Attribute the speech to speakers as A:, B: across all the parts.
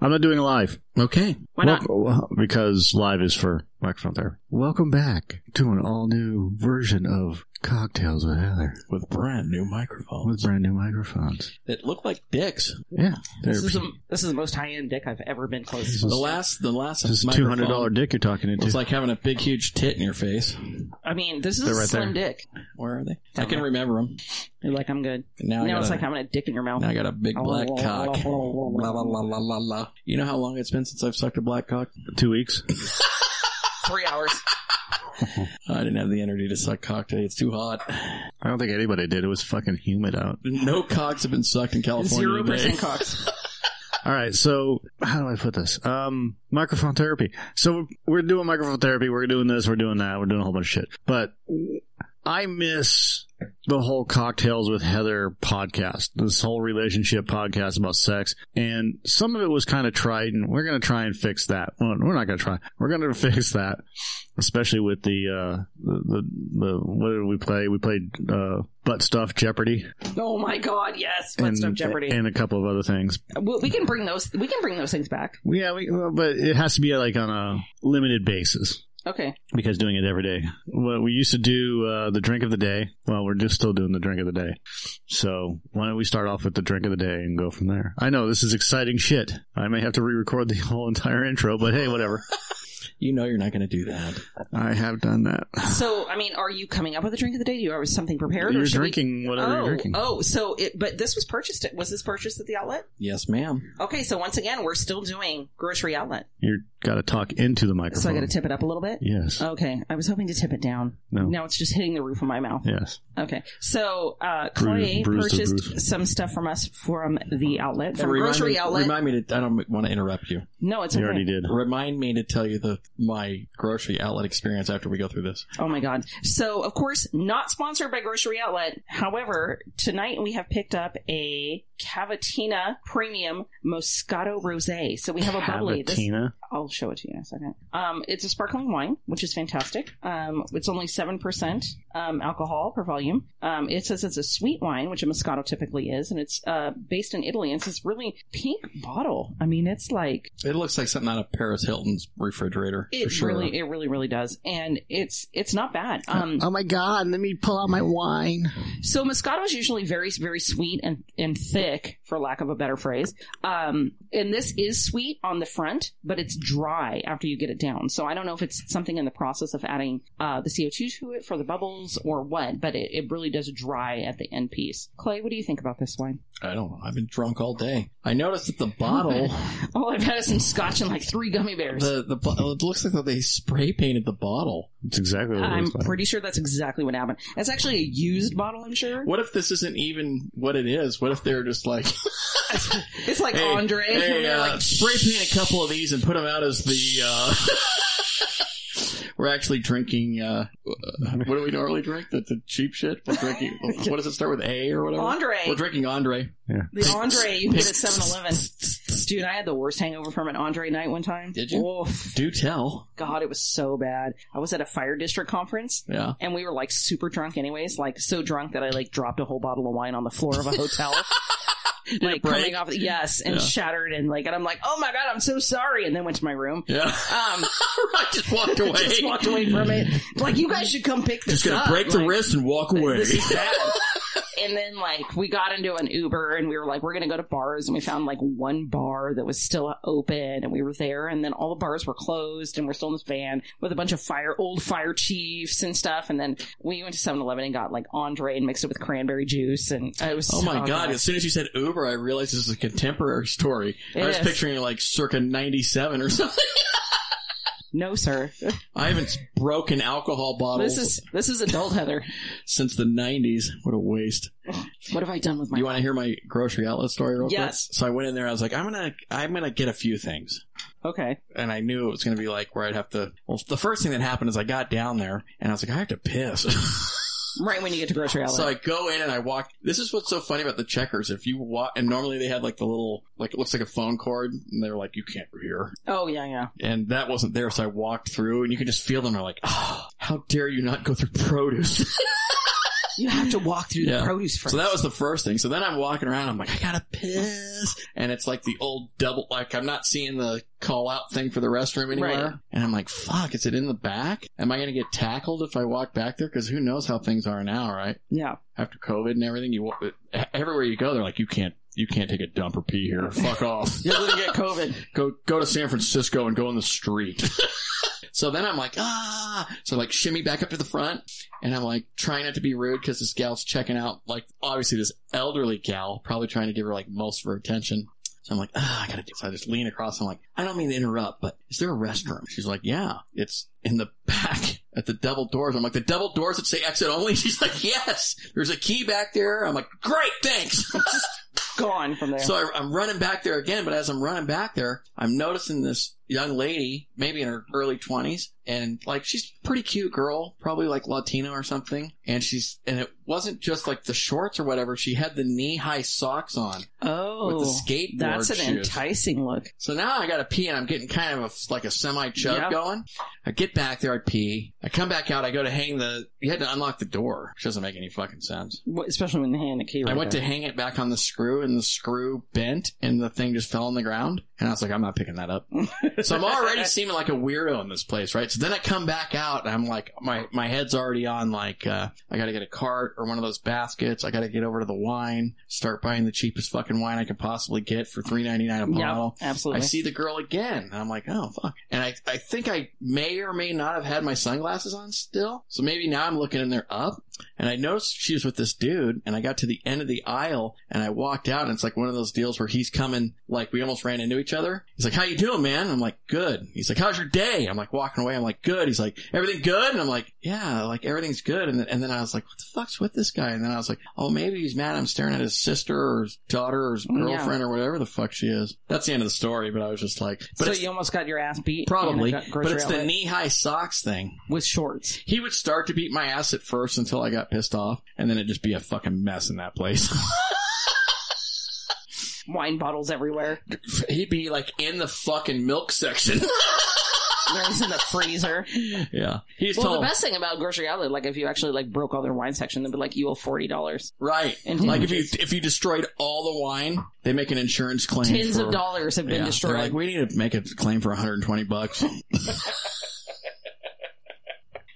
A: I'm not doing live.
B: Okay.
C: Why not?
A: Welcome- well, because live is for microphone therapy. Welcome back to an all new version of Cocktails with Heather
B: With brand new microphones
A: with brand new microphones.
B: that look like dicks.
A: Yeah,
C: This is,
A: therapy.
C: the, this is the most high end dick I've ever been close
A: This
C: to.
B: The
A: is-
B: last, the last
A: This is two
B: microphone
A: hundred dollar dick you're talking into.
B: was like having a big, huge tit in your face.
C: I mean, this is
A: They're
C: a
A: right
C: slim dick.
B: Where are they? I
C: Don't
B: can
C: know.
B: remember them.
C: You're like, I'm good.
B: Now, I
C: now
B: got
C: it's
B: a,
C: like having a dick in your mouth.
B: now I got a big black cock. La, la, la, la, la, la. You know how long it's been since I've sucked a black cock?
A: two weeks.
C: Three hours.
B: I didn't have the energy to suck cock today. It's too hot.
A: I don't think anybody did. It was fucking humid out.
B: No cocks have been sucked in California
C: Zero
B: today.
C: percent cocks.
A: All right, so how do I put this? Um, microphone therapy. So we're doing microphone therapy. We're doing this. We're doing that. We're doing a whole bunch of shit. But I miss the whole cocktails with Heather podcast. This whole relationship podcast about sex, and some of it was kind of trite. And we're gonna try and fix that. Well, we're not gonna try. We're gonna fix that, especially with the uh, the, the the what did we play? We played uh, butt stuff Jeopardy,
C: Oh my god, yes. Fun stuff, Jeopardy.
A: and a couple of other things.
C: well, we can bring those. We can bring those things back.
A: Yeah, we, well, but it has to be like on a limited basis
C: Okay.
A: because doing it every day. Well, we used to do uh, the drink of the day. Well, we're just still doing the drink of the day. So why don't we start off with the drink of the day and go from there? I know this is exciting shit. I may have to re-record the whole entire intro, but hey, whatever.
B: You know you're not going to do that.
A: I have done that.
C: So, I mean, are you coming up with a drink of the day? Do you have something prepared? or
A: You're
C: should we-
A: drinking whatever
C: Oh,
A: you're drinking.
C: oh, so it, but this was purchased. At, was this purchased at the outlet?
B: Yes, ma'am.
C: Okay, so once again, we're still doing grocery outlet.
A: You're got to talk into the microphone.
C: So I Oh, got to tip it up a little bit.
A: Yes.
C: Okay, I was hoping to tip it down.
A: No.
C: Now it's just hitting the roof of my mouth.
A: Yes.
C: Okay, so uh, Clay
A: Bruise- bruise to
C: purchased
A: bruise.
C: some stuff from us from the outlet,
B: And
C: from
B: remind
C: grocery
B: me,
C: outlet.
B: Remind me to. I don't want to interrupt you.
C: no, it's
A: You
C: okay.
A: already did.
B: Remind me to tell you the my grocery outlet experience after we go through this.
C: Oh my god! So of course, not sponsored by Grocery Outlet. However, tonight we have picked up a Cavatina Premium Moscato Rosé. So we have a bubbly. This,
A: Cavatina.
C: I'll show it to you in a second. Um, it's a sparkling wine, which is fantastic. Um, it's only 7% um, alcohol per volume. Um, it says it's a sweet wine, which a Moscato typically is, and it's uh, based in Italy. And it's this really pink bottle. I mean, it's like,
B: It looks like something out of Paris Hilton's refrigerator.
C: it
B: for sure.
C: really, it really, really does. And it's, it's not bad. Um,
A: oh my god! Let me pull out my wine.
C: So Moscato is usually very, very sweet and, and thick, for lack of a better phrase. Um, and this is sweet on the front, but it's dry after you get it down. So I don't know if it's something in the process of adding uh, the CO2 to it for the bubbles or what, but it, it really does dry at the end piece. Clay, what do you think about this wine?
B: I don't know. I've been drunk all day. I noticed that the bottle,
C: All Oh, I've had is some scotch and like three gummy bears.
B: the the bo- it looks like that they spray painted the bottle.
A: It's exactly what it
C: I'm
A: looks like.
C: pretty sure that's exactly what happened. That's actually a used bottle, I'm sure.
B: What if this isn't even what it is? What if they're just like,
C: It's like
B: hey,
C: Andre.
B: hey,
C: They're
B: uh,
C: like,
B: spray paint a couple of these and put them out as the. uh We're actually drinking. uh What do we normally drink? The, the cheap shit. We're drinking. what does it start with A or whatever?
C: Andre.
B: We're drinking Andre.
C: The Andre you get at 7 Eleven. Dude, I had the worst hangover from an Andre night one time.
B: Did you?
C: Oh,
B: Do tell.
C: God, it was so bad. I was at a fire district conference
B: Yeah.
C: and we were like super drunk anyways, like so drunk that I like dropped a whole bottle of wine on the floor of a hotel. like
B: break?
C: coming off, yes, and
B: Yeah.
C: shattered and like, and I'm like, oh my God, I'm so sorry. And then went to my room.
B: Yeah.
C: Um,
B: I just walked away.
C: just walked away from it. Like, you guys should come pick this
B: Just gonna
C: up.
B: break the
C: Like,
B: wrist and walk away.
C: This is bad. and then like we got into an Uber and we were like, we're gonna go to bars and we found like one bar that was still open and we were there and then all the bars were closed and we're still in this van with a bunch of fire old fire chiefs and stuff and then we went to 7-Eleven and got like Andre and mixed it with cranberry juice and it was
B: Oh my god! As soon as you said Uber, I realized this is a contemporary story.
C: It
B: I was
C: is.
B: picturing like circa '97 or something.
C: no sir
B: I haven't broken alcohol bottles
C: this is this is adult Heather
B: since the '90s. What a waste!
C: what have I done with my
B: You want to hear my grocery outlet story real
C: Yes.
B: quick? So I went in there. I was like, I'm gonna, I'm gonna get a few things.
C: okay
B: and I knew it was going to be like where I'd have to. Well, the first thing that happened is I got down there and I was like, I have to piss.
C: right when you get to grocery outlet
B: so I go in and I walk. This is what's so funny about the checkers. If you walk, and normally they had like the little, like it looks like a phone cord, and they're like, you can't hear.
C: oh yeah yeah
B: And that wasn't there, so I "Ah, walked through, and you can just feel them. They're like, oh, how dare you not go through produce?
C: You have to walk through
B: Yeah.
C: the produce first.
B: So that was the first thing. So then I'm walking around. I'm like, I gotta piss, and it's like the old double. Like I'm not seeing the call out thing for the restroom anywhere.
C: Right.
B: And I'm like, fuck, is it in the back? Am I gonna get tackled if I walk back there? Because who knows how things are now, right?
C: yeah.
B: After COVID and everything, you wa- everywhere you go, they're like, you can't, you can't take a dump or pee here. Fuck off.
C: You're going to get COVID.
B: go go to San Francisco and go in the street. so then I'm like, ah, so like shimmy back up to the front, and I'm like trying not to be rude because this gal's checking out, like obviously this elderly gal, probably trying to give her like most of her attention. So I'm like, ah, I gotta do. So I just lean across. I'm like, I don't mean to interrupt, but is there a restroom? She's like, yeah, it's in the back at the double doors. I'm like, the double doors that say exit only. She's like, yes, there's a key back there. I'm like, great, thanks.
C: Gone from there.
B: So I, I'm running back there again, but as I'm running back there, I'm noticing this young lady, maybe in her early 20s, and like she's a pretty cute girl, probably like Latino or something. And she's, and it wasn't just like the shorts or whatever, she had the knee high socks on with
C: oh.
B: the skateboard
C: That's an
B: shoes.
C: enticing look.
B: So now I gotta pee and I'm getting kind of a, like a semi chug
C: Yep.
B: going. I get back there, I pee. I come back out, I go to hang the, you had to unlock the door, which doesn't make any fucking sense.
C: Wh- Especially when they hand the key right
B: I went
C: there.
B: to hang it back on the screw and the screw bent and the thing just fell on the ground. And I was like, I'm not picking that up. so I'm already seeming like a weirdo in this place, right? So then I come back out and I'm like, my, my head's already on like, uh, I gotta get a cart or one of those baskets. I gotta get over to the wine, start buying the cheapest fucking wine I could possibly get for three ninety nine a bottle.
C: Yep, absolutely.
B: I see the girl again, and I'm like, oh fuck. And I, I think I may or may not have had my sunglasses on still, so maybe now I'm looking and they're up. And I noticed she was with this dude, and I got to the end of the aisle, and I walked out, and it's like one of those deals where he's coming, like we almost ran into each other. He's like, how you doing, man? I'm like, good. He's like, how's your day? I'm like walking away. I'm like, good. He's like, everything good? And I'm like, yeah, like everything's good. And, then- and then I was like, what the fuck's with this guy? And then I was like, oh, maybe he's mad. I'm staring at his sister or his daughter or his
C: Yeah.
B: girlfriend or whatever the fuck she is. That's the end of the story. But I was just like, but
C: so
B: it's,
C: you almost got your ass beat.
B: probably,
C: in a gro-
B: but
C: grocery
B: it's the
C: outlet
B: knee high socks thing.
C: with shorts.
B: He would start to beat my ass at first until I got pissed off, and then it'd just be a fucking mess in that place.
C: Wine bottles everywhere.
B: He'd be like in the fucking milk section.
C: There's in the freezer.
B: yeah, he's
C: Well, the
B: tall,
C: best thing about grocery outlet, like if you actually like broke all their wine section, they'd be like, "You owe forty dollars,
B: right?
C: And
B: Like if you if you destroyed all the wine, they make an insurance claim.
C: tens
B: for-
C: of dollars have been
B: Yeah,
C: destroyed."
B: They're like, we need to make a claim for 120 bucks.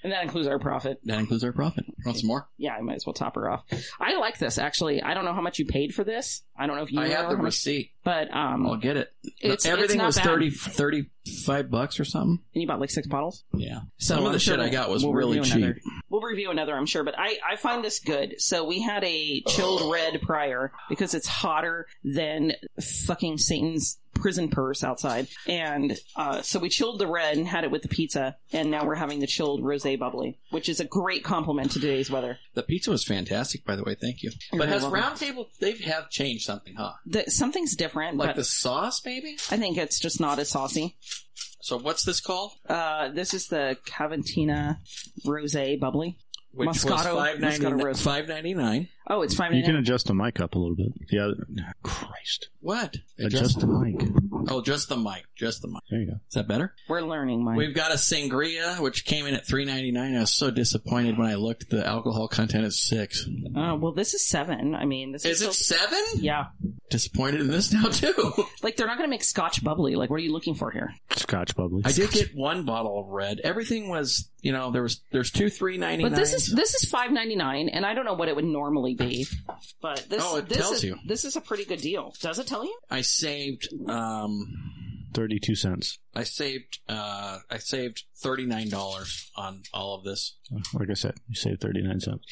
C: and that includes our profit.
B: that includes our profit. Want some more?
C: Yeah, I might as well top her off. I like this actually. I don't know how much you paid for this. I don't know if you
B: I
C: know
B: have the
C: how much-
B: receipt.
C: but um,
B: I'll get it.
C: it's
B: Everything
C: it's not
B: was
C: bad.
B: thirty thirty five 35 bucks or something.
C: And you bought like six bottles.
B: Yeah.
C: So
B: Some of
C: I'm
B: the
C: sure
B: shit I got was
C: we'll
B: really
C: review another-
B: cheap.
C: We'll review another, I'm sure, but I, I find this good. So we had a chilled red prior because it's hotter than fucking Satan's prison purse outside. And uh, so we chilled the red and had it with the pizza, and now we're having the chilled rosé bubbly, which is a great compliment to today's weather.
B: The pizza was fantastic, by the way. Thank you. But
C: You're
B: has
C: welcome.
B: Round Table, they have changed something, huh?
C: The, something's different,
B: Like
C: but
B: the sauce, maybe?
C: I think it's just not as saucy.
B: So what's this called?
C: Uh, this is the Caventina rosé bubbly.
B: Which
C: Moscato- Moscato
B: was
C: roast.
B: five ninety nine.
C: Oh, it's five
A: You
C: ninety
A: can
C: nine.
A: adjust the mic up a little bit. Yeah. Christ.
B: What?
A: Adjust the mic.
B: Oh, just the Uh, mic. Just the mic.
A: There you go.
B: Is that better?
C: We're learning, Mike.
B: We've got a sangria, which came in at three ninety nine. I was so disappointed when I looked. The alcohol content is six.
C: Uh, well, this is seven. I mean, this is,
B: Is it
C: still-
B: seven?
C: yeah.
B: Disappointed in this now too.
C: Like they're not going to make Scotch bubbly. Like what are you looking for here?
A: Scotch bubbly.
B: I did get one bottle of red. Everything was, you know, there was there's two three ninety nine.
C: But this is this is five ninety nine, and I don't know what it would normally be. But this
B: Oh, it
C: this
B: tells
C: is,
B: you.
C: this is a pretty good deal. Does it tell you?
B: I saved um
A: Thirty-two cents.
B: I saved uh I saved thirty nine dollars on all of this.
A: Like I said, you saved thirty-nine cents.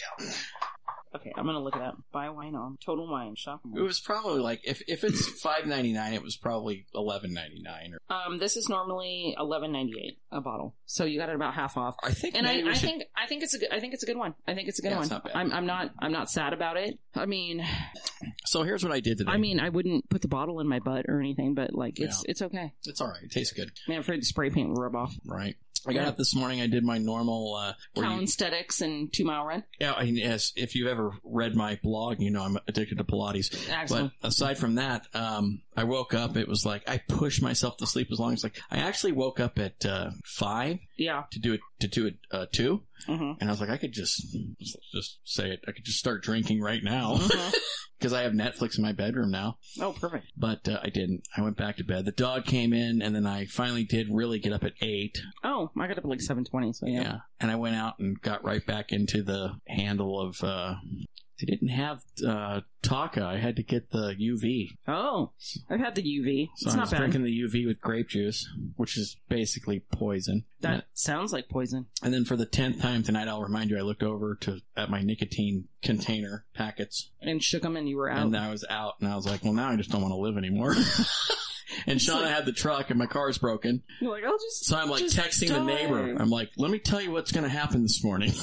C: Okay, I'm going to look it up. Buy wine on Total Wine Shop.
B: It was probably like if if it's five ninety nine, it was probably eleven ninety nine. Or
C: Um, this is normally eleven ninety eight a bottle, so you got it about half off.
B: I think
C: And I,
B: maybe we
C: I
B: should-
C: think I think it's a good I think it's a good one. I think it's a good
B: Yeah,
C: one.
B: it's not bad.
C: I'm I'm not I'm not sad about it. I mean
B: so. Here's what I did today.
C: I mean I wouldn't put the bottle in my butt or anything, but like it's it's okay.
B: it's all right. It tastes good,
C: Man, I'm afraid the spray paint will rub off.
B: right? I got up this morning. I did my normal. Uh, where you-
C: Calisthenics and two mile run.
B: yeah, I, yes. If you've ever read my blog, you know I'm addicted to Pilates.
C: Excellent.
B: But aside from that, um, I woke up. It was like I pushed myself to sleep as long as like I actually woke up at uh, five
C: yeah.
B: to do it to do it uh, two,
C: hmm
B: and I was like, I could just just say it. I could just start drinking right
C: Uh-huh.
B: now because I have Netflix in my bedroom now.
C: Mm-hmm. Oh, perfect.
B: But uh, I didn't. I went back to bed. The dog came in, and then I finally did really get up at eight.
C: Oh, I got up at like seven twenty. So yeah.
B: Yeah. And I went out and got right back into the handle of, uh, they didn't have, uh, Taka. I had to get the UV.
C: Oh, I've had the UV.
B: So
C: it's
B: I
C: not
B: was
C: bad.
B: drinking the UV with grape juice, which is basically poison.
C: that sounds like poison.
B: and then for the 10th time tonight, I'll remind you, I looked over to, at my nicotine container packets
C: And shook them, and you were out.
B: and I was out and I was like, well, now I just don't want to live anymore. and Shauna had the truck and my car's broken.
C: You're like, I'll just.
B: So I'm like
C: Just
B: texting
C: die.
B: the neighbor. I'm like, let me tell you what's going to happen this morning.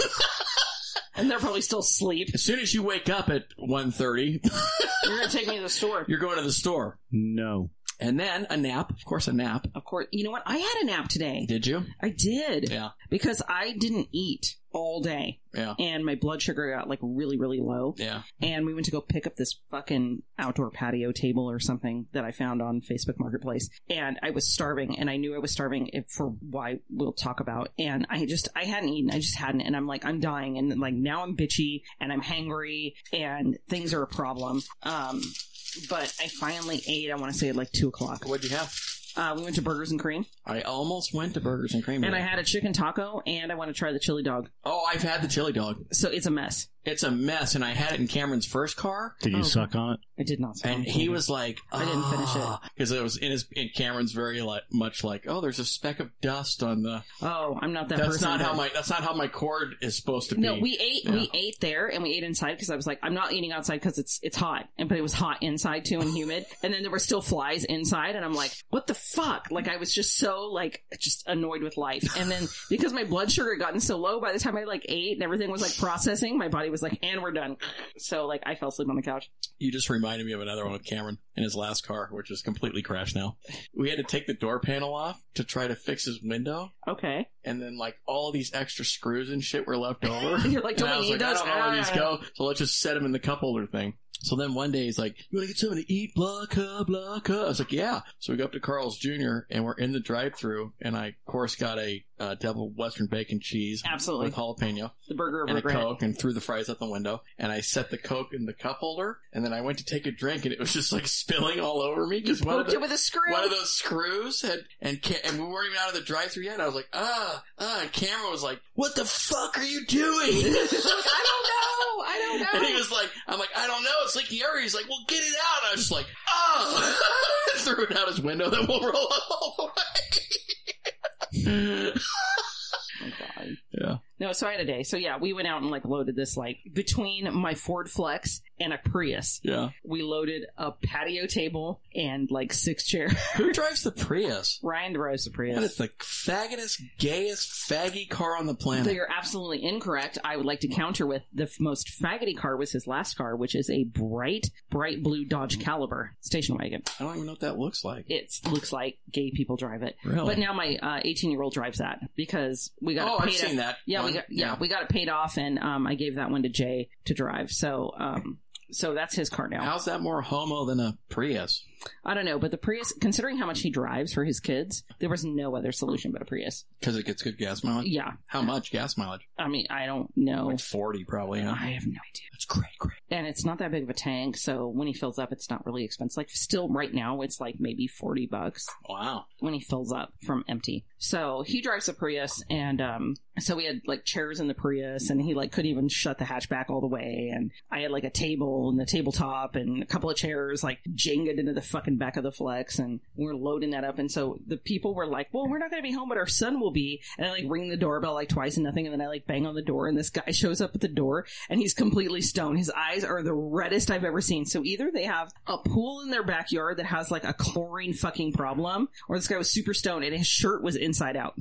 C: And they're probably still asleep.
B: as soon as you wake up at 1.30,
C: You're gonna take me to the store.
B: You're going to the store.
A: No.
B: And then a nap. Of course, a nap.
C: of course, you know what? I had a nap today.
B: Did you?
C: I did
B: Yeah.
C: because I didn't eat all day,
B: Yeah.
C: and my blood sugar got like really, really low.
B: Yeah.
C: and we went to go pick up this fucking outdoor patio table or something that I found on Facebook Marketplace. And I was starving, and I knew I was starving if, for why we'll talk about. And I just, I hadn't eaten, I just hadn't, and I'm like, I'm dying, and like now I'm bitchy, and I'm hangry, and things are a problem. Um, but I finally ate. I want to say at like two o'clock.
B: What'd you have?
C: Uh, we went to Burgers and Cream,
B: I almost went to Burgers and Cream.
C: and I
B: today.
C: had a chicken taco, and I want to try the chili dog.
B: oh, I've had the chili dog.
C: So it's a mess.
B: It's a mess, and I had it in Cameron's first car,
A: Did you
C: Oh.
A: suck on it?
C: I did not.
B: and he was like,
C: I didn't finish it.
B: because it was in his in Cameron's very like much like, oh, there's a speck of dust on the.
C: Oh, I'm not that.
B: that's
C: person,
B: not how
C: but-
B: my that's not how my cord is supposed to be.
C: No, we ate
B: Yeah.
C: we ate there and we ate inside because I was like, I'm not eating outside because it's it's hot, and but it was hot inside too and humid, and then there were still flies inside, and I'm like, what the fuck? Like I was just so like just annoyed with life, and then because my blood sugar had gotten so low by the time I like ate and everything was like processing, my body was like, and we're done. So like I fell asleep on the couch.
B: You just reminded me of another one with Cameron in his last car, which is completely crashed now. We had to take the door panel off to try to fix his window.
C: Okay,
B: and then like all these extra screws and shit were left over.
C: You're like,
B: And
C: "Don't we
B: I was
C: need
B: like, I
C: those?"
B: don't know where these
C: Ah.
B: go, so let's just set them in the cup holder thing. So then one day he's like, "You want to get something to eat, blah blah blah." blah." I was like, "Yeah." So we go up to Carl's Jr. and we're in the drive-through, and I of course got a uh, double Western bacon cheese
C: Ah, absolutely
B: with jalapeno
C: the burger of
B: and a
C: regret.
B: coke, and threw the fries out the window. And I set the coke in the cup holder, and then I went to take a drink, and it was just like spilling all over me because one of
C: Poked
B: the
C: it with a screw.
B: one of those screws had and ca- and we weren't even out of the drive-through yet. I was like, ah, ah. And Cameron was like, "What the fuck are you doing?"
C: I don't know. I don't
B: And
C: know.
B: he was like, "I'm like, I don't know. It's leaking everywhere." He's like, "Well, get it out." And I was just like, "Oh!" Threw it out his window. Then we'll roll it all away.
C: Oh, God.
B: Yeah.
C: No, so I had a day. So yeah, we went out and like loaded this like between my Ford Flex and a Prius.
B: yeah.
C: We loaded a patio table and like six chairs.
B: Who drives the Prius?
C: Ryan drives the
B: That
C: Prius.
B: is the faggotest, gayest, faggy car on the planet.
C: So you're absolutely incorrect. I would like to counter with the f- most faggoty car was his last car, which is a bright, bright blue
B: Mm-hmm.
C: Dodge Caliber station wagon.
B: I don't even know what that looks like.
C: It looks like gay people drive it.
B: Really?
C: But now my 18 year old drives that because we got
B: oh,
C: it
B: I've
C: paid off-
B: seen that.
C: Yeah, we
B: one.
C: got yeah, we got it paid off, and um, I gave that one to Jay to drive. So um, so that's his car now.
B: How's that more homo than a Prius?
C: I don't know, but the Prius, considering how much he drives for his kids, there was no other solution but a Prius.
B: Because it gets good gas mileage.
C: Yeah,
B: How much gas mileage?
C: I mean, I don't know.
B: Like 40, probably. Huh?
C: I have no idea.
B: That's great, great.
C: And it's not that big of a tank, so when he fills up, it's not really expensive. Like still, right now, it's like maybe forty bucks.
B: Wow.
C: when he fills up from empty. So he drives a Prius, and um, so we had like chairs in the Prius, and he like couldn't even shut the hatchback all the way. And I had like a table and the tabletop and a couple of chairs like jinged into the fucking back of the Flex, and we we're loading that up. And so the people were like, "Well, we're not going to be home, but our son will be." And I like ring the doorbell like twice and nothing, and then I like bang on the door, and this guy shows up at the door, and he's completely stoned. His eyes are the reddest I've ever seen. So either they have a pool in their backyard that has like a chlorine fucking problem, or this guy was super stoned and his shirt was inside out.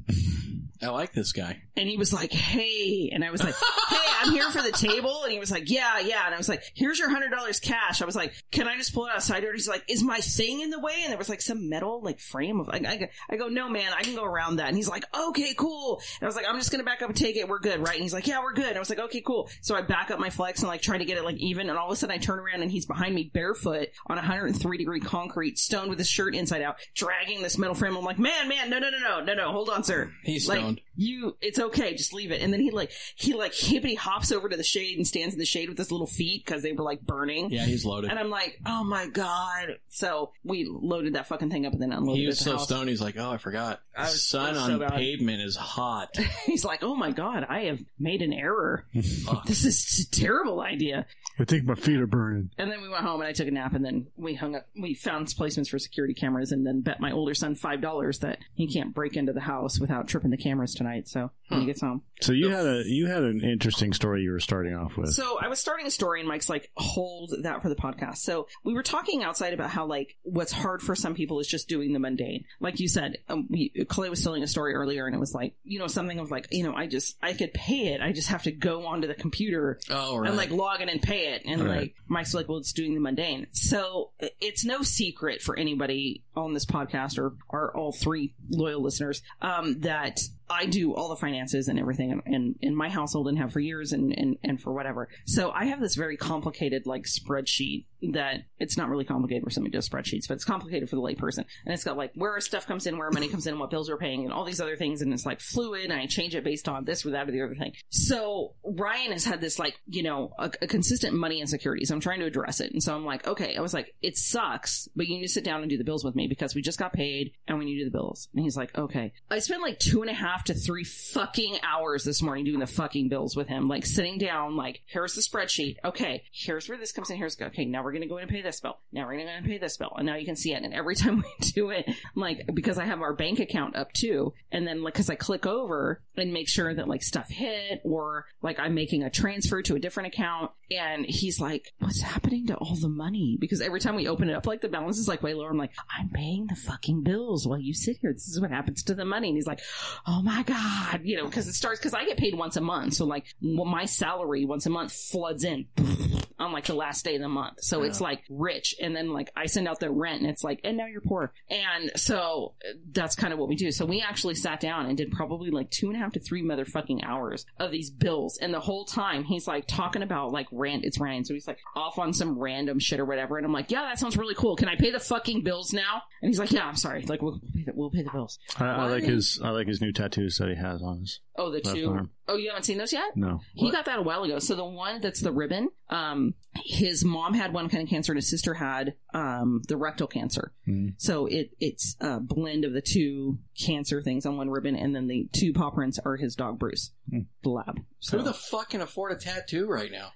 B: I like this guy.
C: And he was like, hey. And I was like, hey, I'm here for the table. And he was like, yeah, yeah. And I was like, here's your $100 cash. I was like, can I just pull it outside? And he's like, is my thing in the way? And there was like some metal, like frame of, I, I, I go, no, man, I can go around that. And he's like, okay, cool. And I was like, I'm just going to back up and take it. We're good, right? And he's like, yeah, we're good. And I was like, okay, cool. So I back up my flex and like try to get it like even. And all of a sudden I turn around and he's behind me barefoot on 103 degree concrete, stoned with his shirt inside out, dragging this metal frame. I'm like, man, man, no, no, no, no, no, no. Hold on, sir
B: He's
C: like
B: stoned.
C: you it's okay just leave it and then he like he like hippity hops over to the shade and stands in the shade with his little feet because they were like burning
B: yeah, he's loaded.
C: and i'm like oh my god so we loaded that fucking thing up and then unloaded
B: He
C: it at
B: was
C: the
B: so
C: house.
B: stoned. He's like, oh, I forgot.
C: I was-
B: Sun
C: I was
B: on
C: so bad.
B: pavement is hot.
C: he's like oh my god i have made an error this is a terrible idea
A: I think my feet are burning.
C: And then we went home and I took a nap and then we hung up. We found placements for security cameras and then bet my older son $5 that he can't break into the house without tripping the cameras tonight. So when he gets home.
A: So you had a you had an interesting story you were starting off with.
C: So I was starting a story and Mike's like, hold that for the podcast. So we were talking outside about how like what's hard for some people is just doing the mundane. Like you said, um, we, Clay was telling a story earlier and it was like, you know, something of like, you know, I just, I could pay it. I just have to go onto the computer
B: Oh, right.
C: and like log in and pay it. And
A: Right.
C: like Mike's like, well, it's doing the mundane. So i- it's no secret for anybody on this podcast or are all three loyal listeners um, that I do all the finances and everything in, in, in my household and have for years and, and, and for whatever. So I have this very complicated like spreadsheet that it's not really complicated for somebody who does spreadsheets, but it's complicated for the layperson. And it's got like where our stuff comes in, where our money comes in, and what bills we're paying, and all these other things. And it's like fluid, and I change it based on this or that or the other thing. So Ryan has had this like, you know, a, a consistent money insecurity. So I'm trying to address it. And so I'm like, okay, I was like, it sucks, but you need to sit down and do the bills with me because we just got paid and we need to do the bills. And he's like, okay. I spent like two and a half to three fucking hours this morning doing the fucking bills with him, like sitting down, like, here's the spreadsheet. Okay, here's where this comes in. Here's okay. Now we're gonna go in and pay this bill. Now we're gonna go in and pay this bill. And now you can see it. And every time we do it, I'm like because I have our bank account up too, and then like because I click over and make sure that like stuff hit or like I'm making a transfer to a different account, and he's like, "What's happening to all the money?" Because every time we open it up, like the balance is like way lower. I'm like, "I'm paying the fucking bills while you sit here. This is what happens to the money." And he's like, "Oh my god," you know, because it starts because I get paid once a month, so like well, my salary once a month floods in on like the last day of the month. So it's like rich. And then like I send out the rent and it's like, and now you're poor. And so uh, that's kind of what we do. So we actually sat down and did probably like two and a half to three motherfucking hours of these bills. And the whole time he's like talking about like rant. It's Ryan. So he's like off on some random shit or whatever. And I'm like, yeah, that sounds really cool. Can I pay the fucking bills now? And he's like, yeah, I'm sorry. Like we'll pay the, we'll pay the bills.
A: I, I
C: Why?
A: like his I like his new tattoos that he has on his
C: Oh, the
A: left
C: two.
A: arm.
C: Oh, you haven't seen those yet?
A: No,
C: He got that a while ago. So the one that's the ribbon, um, his mom had one kind of cancer and his sister had um, the rectal cancer.
B: Hmm.
A: Mm.
C: So it it's a blend of the two cancer things on one ribbon, and then the two paw prints are his dog Bruce.
A: Mm.
C: The lab. So
B: Hmm. Who the fuck can afford a tattoo right now?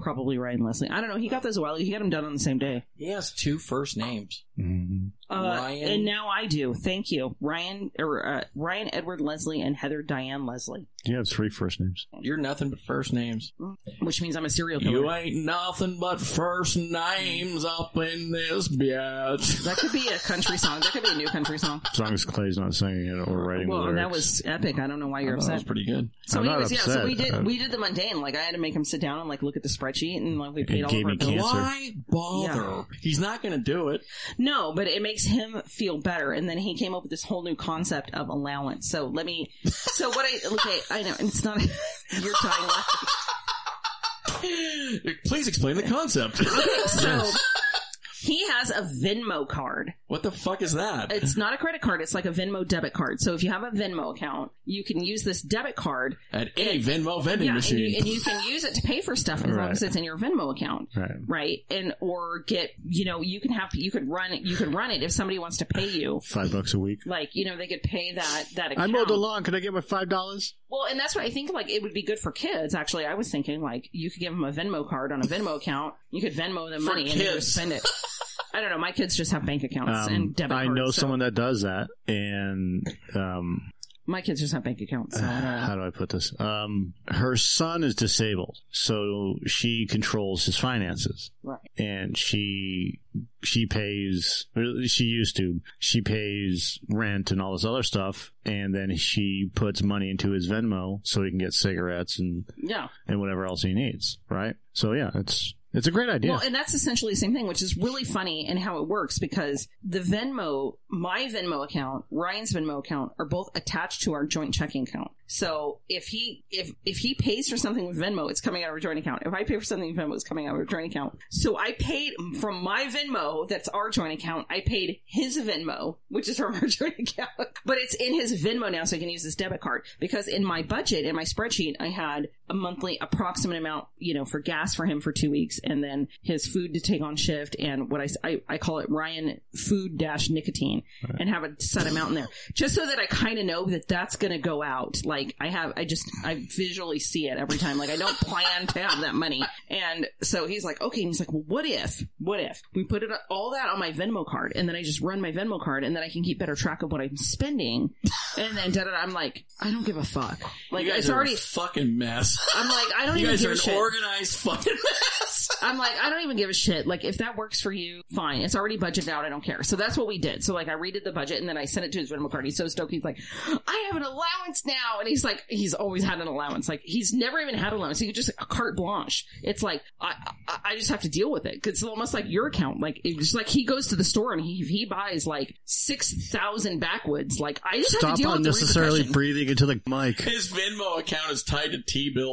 C: probably Ryan Leslie. I don't know. He got those a while ago. He got them done on the same day.
B: He has two first names.
A: Mhm.
C: Uh,
B: Ryan.
C: And now I do. Thank you, Ryan or uh, Ryan Edward Leslie and Heather Diane Leslie,
A: you have three first names.
B: You're nothing but first names.
C: which means I'm a serial killer.
B: You ain't nothing but first names up in this bitch.
C: that could be a country song. That could be a new country song.
A: As long as Clay's not singing it or writing the
C: Well,
A: lyrics.
C: that was epic. I don't know why you're
B: That was
C: upset.
B: pretty good.
C: So,
A: I'm not
C: anyways, yeah. So
A: upset.
C: we did
A: Uh,
C: we did the mundane. Like I had to make him sit down and like look at the spreadsheet and like we paid all
A: gave
C: of our
A: me
C: bills.
A: cancer.
B: Why bother? He's not going to do it.
C: No, but it makes him feel better. And then he came up with this whole new concept of allowance. So let me. So what I okay, I know it's not. You're dying. laughing.
B: Please explain the concept.
C: So he has a Venmo card.
B: what the fuck is that?
C: It's not a credit card. It's like a Venmo debit card. So if you have a Venmo account, you can use this debit card.
B: At any Venmo vending
C: Yeah, and
B: machine.
C: you, and you can use it to pay for stuff as long
A: Right.
C: as it's in your Venmo account.
A: right.
C: right and or get you know you can have you could run you could run it if somebody wants to pay you
A: Five bucks a week.
C: like you know they could pay that that
A: I
C: account
A: mowed the lawn. Can I get my five dollars?
C: well and that's what i think like it would be good for kids actually i was thinking like you could give them a venmo card on a venmo account you could venmo them
B: For
C: money and they would
B: kids.
C: spend it i don't know my kids just have bank accounts
A: Um,
C: and debit
A: I
C: cards
A: know
C: so
A: someone that does that, and um,
C: My kids just have bank accounts,
A: Uh,
C: so I don't know.
A: how do I put this? Um, her son is disabled, so she controls his finances.
C: Right.
A: And she she pays. or She used to. She pays rent and all this other stuff, and then she puts money into his Venmo so he can get cigarettes and
C: Yeah.
A: and whatever else he needs. Right. So yeah, it's it's a great idea.
C: Well, and that's essentially the same thing, which is really funny in how it works because the Venmo, my Venmo account, Ryan's Venmo account are both attached to our joint checking account. So if he if if he pays for something with Venmo, it's coming out of our joint account. If I pay for something with Venmo, it's coming out of our joint account. So I paid from my Venmo, that's our joint account. I paid his Venmo, which is from our joint account, but it's in his Venmo now, so I can use his debit card because in my budget in my spreadsheet, I had a monthly approximate amount, you know, for gas for him for two weeks, and then his food to take on shift, and what I s- I, I call it Ryan food dash nicotine, and have a set amount in there, just so that I kind of know that that's going to go out. Like I have, I just I visually see it every time. Like I don't plan to have that money, and so he's like, okay, and he's like, well, what if, what if we put it all that on my Venmo card, and then I just run my Venmo card, and then I can keep better track of what I'm spending, and then da da. da. I'm like, I don't give a fuck. Like
B: you guys
C: it's
B: are
C: already.
B: a fucking mess.
C: I'm like, I don't
B: You
C: even
B: guys
C: give
B: are
C: a
B: an
C: shit.
B: organized fucking mess.
C: I'm like, I don't even give a shit. Like, if that works for you, fine. It's already budgeted out. I don't care. So that's what we did. So like, I redid the budget and then I sent it to his rental card. He's so stoked. He's like, I have an allowance now. And he's like, he's always had an allowance. Like, he's never even had allowance. He could just carte blanche. It's like, I, I, I just have to deal with it. 'Cause It's almost like your account. Like, it's like he goes to the store and he, he buys like 6,000 backwoods. Like, I just have
A: Stop
C: to deal with the
A: unnecessarily
C: repercussions.
A: breathing into the mic.
B: His Venmo account is tied to T bills.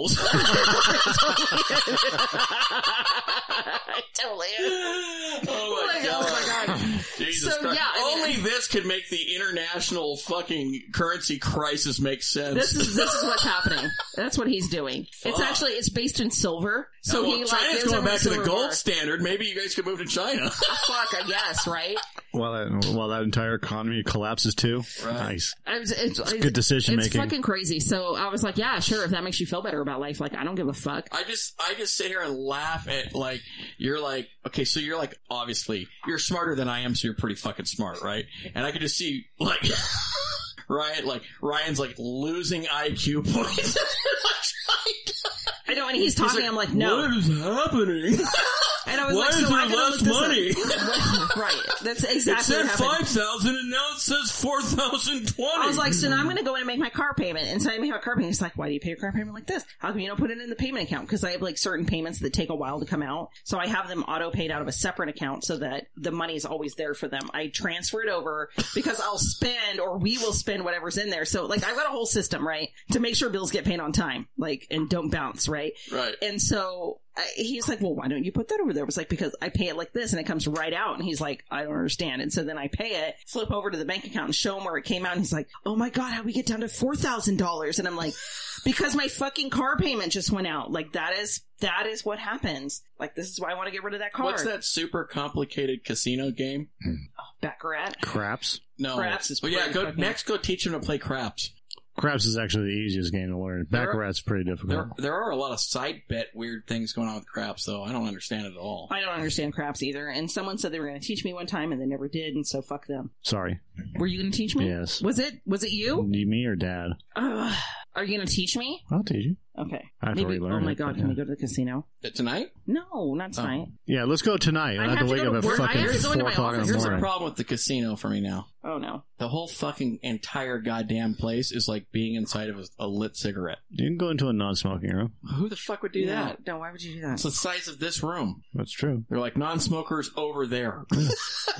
C: totally.
B: oh my
C: Like,
B: god!
C: oh my God.
B: Jesus
C: So,
B: Christ!
C: yeah, I mean-
B: Only this could make the international fucking currency crisis make sense.
C: This is this is what's happening. That's what he's doing.
B: Fuck.
C: It's actually it's based in silver. So
B: Well,
C: he like
B: China's
C: gives
B: going
C: everyone
B: back to the
C: silver
B: gold
C: bar.
B: standard. Maybe you guys could move to China.
C: Fuck, I guess, right?
A: While that while that entire economy collapses too.
B: Right.
A: Nice.
C: I was- it's, it's,
A: Good decision
C: it's
A: making.
C: fucking crazy. So I was like, yeah, sure. If that makes you feel better about life, like I don't give a fuck.
B: I just I just sit here and laugh at like you're like okay so you're like obviously you're smarter than I am so you're pretty fucking smart right and I can just see like Ryan like Ryan's like losing IQ points.
C: I know. And he's talking.
B: like,
C: I'm like, no.
B: What is happening?
C: and I was
B: Why
C: like,
B: is
C: so
B: there
C: I gotta
B: less money?
C: look this up. right. That's
B: It
C: exactly what
B: said
C: happened.
B: five thousand and now it says four thousand twenty.
C: I was like, so now I'm going to go in and make my car payment. And so I make my car payment. He's like, why do you pay your car payment like this? How come you don't put it in the payment account? Because I have like certain payments that take a while to come out. So I have them auto paid out of a separate account so that the money is always there for them. I transfer it over because I'll spend or we will spend whatever's in there. So like I've got a whole system, right? To make sure bills get paid on time, like, and don't bounce, right?
B: right.
C: And so I, he's like, well, why don't you put that over there? I was like, because I pay it like this and it comes right out. And he's like, I don't understand. And so then I pay it, flip over to the bank account and show him where it came out. And he's like, oh my God, how we get down to $4,000? And I'm like, because my fucking car payment just went out. Like that is, that is what happens. Like this is why I want to get rid of that car.
B: What's that super complicated casino game?
C: Baccarat.
A: Craps.
B: No,
C: Craps is
B: Well, yeah,
C: pretty
B: go
C: fucking-
B: next. Go teach him to play craps.
A: Craps is actually the easiest game to learn.
B: There-
A: Baccarat's pretty difficult.
B: There, there are a lot of side bet weird things going on with craps, though. I don't understand it at all.
C: I don't understand craps either. And someone said they were going to teach me one time and they never did. And so fuck them.
A: Sorry.
C: Were you going to teach me?
A: Yes.
C: Was it, was it you?
A: You, me or dad?
C: Ugh. Are you going to teach me?
A: I'll teach you.
C: Okay.
A: I have to
C: Maybe.
A: relearn
C: Oh my
A: it,
C: god!
A: but
C: Can
A: yeah.
C: we go to the casino?
B: Uh, Tonight,
C: No, not
B: Oh.
C: tonight.
A: Yeah, let's go tonight. I, have, to wake
C: go
A: up at
C: to work. I
A: fucking
C: have to go into
A: four
C: my
A: o'clock in
C: office.
A: the
B: here's
A: morning.
B: the problem with the casino for me now.
C: Oh, no.
B: The whole fucking entire goddamn place is like being inside of a, a lit cigarette.
A: You can go into a non-smoking room.
B: Who the fuck would do
C: No,
B: that?
C: No, why would you do that?
B: It's the size of this room.
A: That's true.
B: They're like non-smokers over there.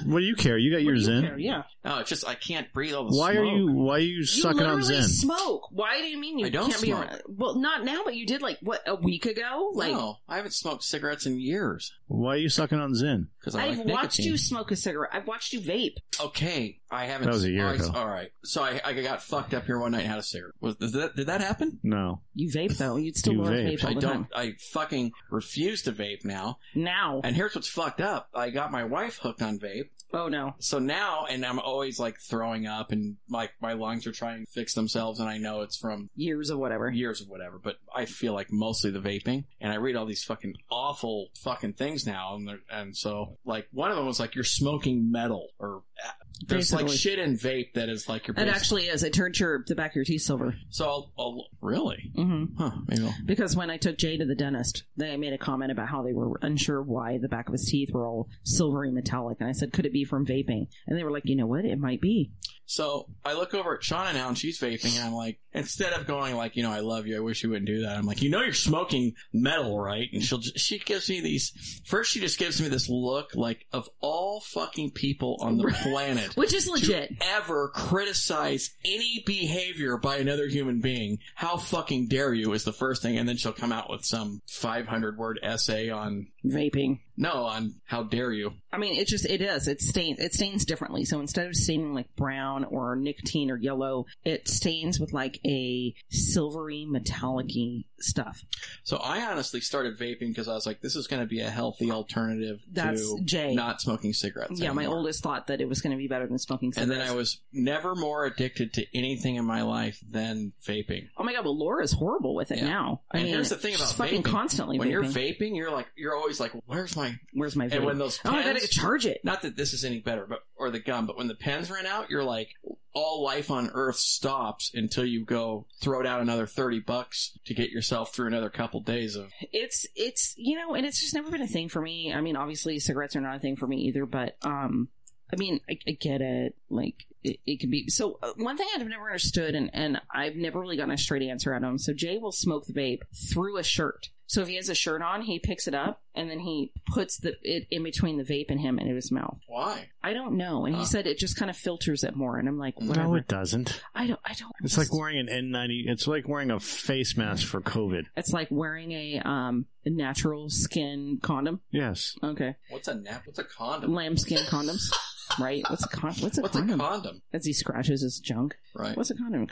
A: What do you care? You got
C: What do
A: yours
C: you
A: in.
C: care? Yeah.
B: Oh, it's just I can't breathe all the
A: Why are
B: smoke.
A: you? Why are you sucking
C: you
A: on
C: literally
A: Zen?
C: smoke. Why do you mean you
B: I don't
C: can't be
B: smoke.
C: around? Well, not now, but you did like what a week ago. Like
B: no, I haven't smoked cigarettes in years
A: Why are you sucking on Zen?
B: because I
C: I've
B: like
C: watched
B: nicotine.
C: you smoke a cigarette. I've watched you vape.
B: Okay, I haven't.
A: That was a year
B: I-
A: ago.
B: All right, so I, I got fucked up here one night and had a cigarette. Was, did, that, did that happen?
A: No,
C: You vape though. You'd still
A: You
C: love
A: vape.
C: vape, all
B: I
C: the
B: don't.
C: time.
B: I fucking refuse to vape now.
C: Now.
B: And here's what's fucked up. I got my wife hooked on vape.
C: Oh no.
B: So now, and I'm always like throwing up and like my lungs are trying to fix themselves and I know it's from
C: Years of whatever.
B: years of whatever, but I feel like mostly the vaping and I read all these fucking awful fucking things now. And, they're- and so like one of them was like, you're smoking metal or uh, There's like
C: Basically.
B: shit in vape that is like your.
C: It
B: base-
C: actually is. It turns your the back of your teeth silver.
B: So I'll, I'll really,
C: hmm
B: huh? Maybe I'll,
C: Because when I took Jay to the dentist, they made a comment about how they were unsure why the back of his teeth were all silvery metallic, and I said, "Could it be from vaping?" And they were like, "You know what? It might be."
B: So I look over at Shauna now and she's vaping and I'm like, instead of going like, you know, I love you. I wish you wouldn't do that. I'm like, you know, you're smoking metal, right? And she'll, just, she gives me these, first she just gives me this look like of all fucking people on the planet
C: Which is legit.
B: to ever criticize any behavior by another human being. How fucking dare you is the first thing. And then she'll come out with some 500 word essay on,
C: Vaping.
B: no, on how dare you.
C: I mean, it just it is. It stains. It stains differently. So instead of staining like brown or nicotine or yellow, it stains with like a silvery metallic-y stuff.
B: So I honestly started vaping because I was like, this is going to be a healthy alternative
C: That's
B: to
C: Jay.
B: not smoking cigarettes.
C: yeah, my
B: anymore.
C: oldest thought that it was going to be better than smoking
B: And
C: cigarettes.
B: then I was never more addicted to anything in my life than vaping.
C: oh my god, but Laura's horrible with it
B: Yeah.
C: now. I
B: And
C: mean,
B: here's the thing
C: she's
B: about
C: fucking
B: vaping.
C: constantly
B: When
C: vaping.
B: you're vaping, you're like, you're always like, where's my?
C: Where's my vape?
B: And when those
C: oh, I
B: pens,
C: gotta charge it.
B: not that this is any better, but or the gum, but when the pens ran out, you're like, all life on earth stops until you go throw down another thirty bucks to get yourself through another couple days of.
C: It's it's you know, and it's just never been a thing for me. I mean, obviously, cigarettes are not a thing for me either, but um. I mean, I, I get it. Like, it, it can be. So, uh, one thing I've never understood, and, and I've never really gotten a straight answer out of him. So, Jay will smoke the vape through a shirt. So, if he has a shirt on, he picks it up and then he puts the it in between the vape and him and in his mouth.
B: Why?
C: I don't know. And he
B: Huh.
C: said it just kind of filters it more. And I'm like,
B: No,
A: Ah. No,
C: whatever.
A: it doesn't.
C: I don't. I don't.
A: It's like wearing an N90. It's like wearing a face mask for COVID.
C: It's like wearing a um natural skin condom.
A: Yes.
C: Okay,
B: What's a nap? What's a condom?
C: lambskin condoms. Right? What's a con- what's a
B: What's
C: condom?
B: a condom?
C: As he scratches his junk.
B: Right.
C: What's a condom?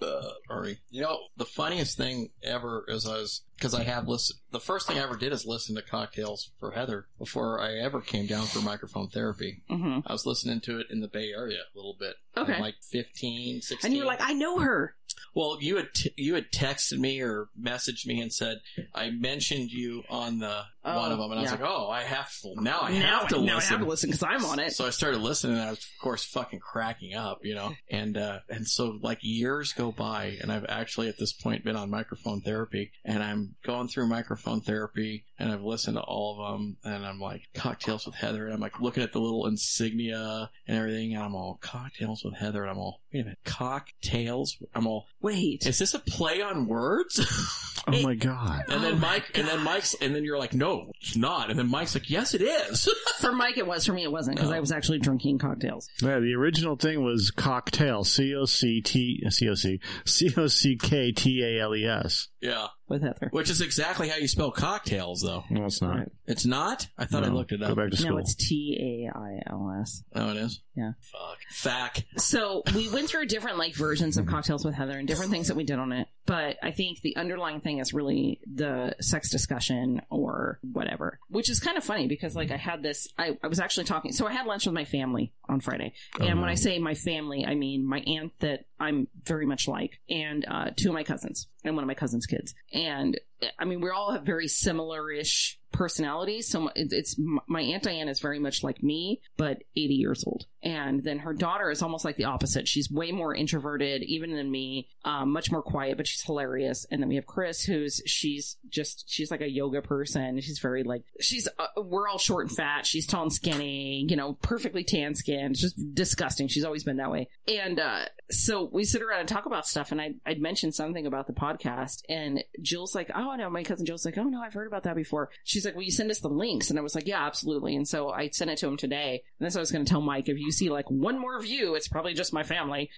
B: uh, Ari. You know, the funniest thing ever is I was because I have listened. The first thing I ever did is listen to Cocktails for Heather before I ever came down for microphone therapy.
C: hmm
B: I was listening to it in the Bay Area a little bit,
C: Okay.
B: I'm like 15, 16.
C: And you were like, I know her.
B: "Well, you had t- you had texted me or messaged me and said I mentioned you on the
C: Oh,
B: one of them," and I was
C: yeah.
B: like, "Oh, I have to now I
C: now,
B: have to
C: now I
B: listen."
C: have to listen because I'm on it.
B: So I started listening and I was of course fucking cracking up, you know. And uh and so like years go by and I've actually at this point been on microphone therapy and I'm going through microphone therapy and I've listened to all of them and I'm like cocktails with Heather and I'm like looking at the little insignia and everything and I'm all cocktails with Heather and I'm all wait a minute, cocktails I'm all
C: Wait.
B: is this a play on words?
A: Oh
C: It-
A: my god.
B: and
C: Oh
B: then
C: my
B: Mike and then Mike's and then you're like, No, it's not and then Mike's like, Yes it is
C: For Mike, it was. For me, it wasn't because
B: Oh.
C: I was actually drinking cocktails.
A: Yeah, the original thing was cocktail. C O C T C O C C O C K T A L E S.
B: Yeah.
C: With Heather.
B: Which is exactly how you spell cocktails, though.
A: No, it's not.
C: Right.
B: It's not? I thought I
A: No.
B: looked it
A: Go
B: up.
A: back to school.
C: No, it's T A I L S.
B: Oh, it is?
C: Yeah.
B: Fuck. Fack.
C: So we went through different like versions
A: Mm-hmm.
C: of cocktails with Heather and different things that we did on it. But I think the underlying thing is really the sex discussion or whatever, which is kind of funny because like I had this, I, I was actually talking. So I had lunch with my family on Friday. And
A: Oh,
C: when
A: no.
C: I say my family, I mean my aunt that I'm very much like and uh, two of my cousins and one of my cousin's kids. And I mean, we all have very similar ish personalities. So my- it- it's my aunt Diane is very much like me, but 80 years old. And then her daughter is almost like the opposite. She's way more introverted, even than me, um, much more quiet, but she's hilarious. And then we have Chris, who's she's just she's like a yoga person. She's very like she's uh, we're all short and fat. She's tall and skinny, you know, perfectly tan skin. It's just disgusting. She's always been that way. And uh, so we sit around and talk about stuff. And I I'd mentioned something about the podcast, and Jill's like, oh no, my cousin Jill's like, oh no, I've heard about that before. She's like, will you send us the links? And I was like, yeah, absolutely. And so I sent it to him today. And that's what I was going to tell Mike. If you see like one more view, it's probably just my family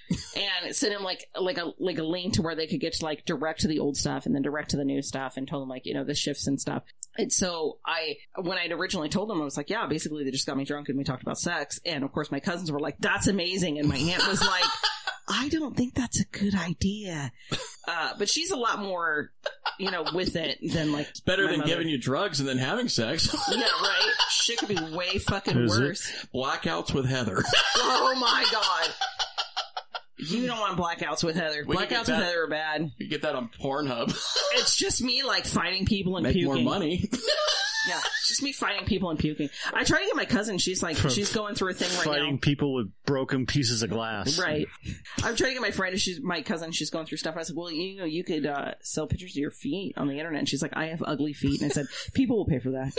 C: and sent him like like a like a link to where they could get to like direct to the old stuff and then direct to the new stuff and told them like you know the shifts and stuff and so i when i'd originally told them i was like yeah basically they just got me drunk and we talked about sex and of course my cousins were like that's amazing and my aunt was like i don't think that's a good idea uh, but she's a lot more you know with it than like
B: It's better
C: my
B: than
C: mother.
B: giving you drugs and then having sex.
C: yeah right shit could be way fucking
A: Is it?
C: worse
B: Blackouts with Heather.
C: oh my god you don't want blackouts with heather
B: We could
C: blackouts
B: get
C: with
B: that.
C: heather are bad
B: You get that on Pornhub.
C: it's just me like fighting people and
B: Make
C: puking.
B: more money.
C: Yeah, it's just me fighting people and puking. I try to get my cousin. She's like,
A: For-
C: she's going through a thing right
A: Fighting people with broken pieces of glass.
C: now. Right. I'm trying to get my friend. She's my cousin. She's going through stuff. I said, well, you know, you could uh, sell pictures of your feet on the internet. And she's like, I have ugly feet. And I said, people will pay for that.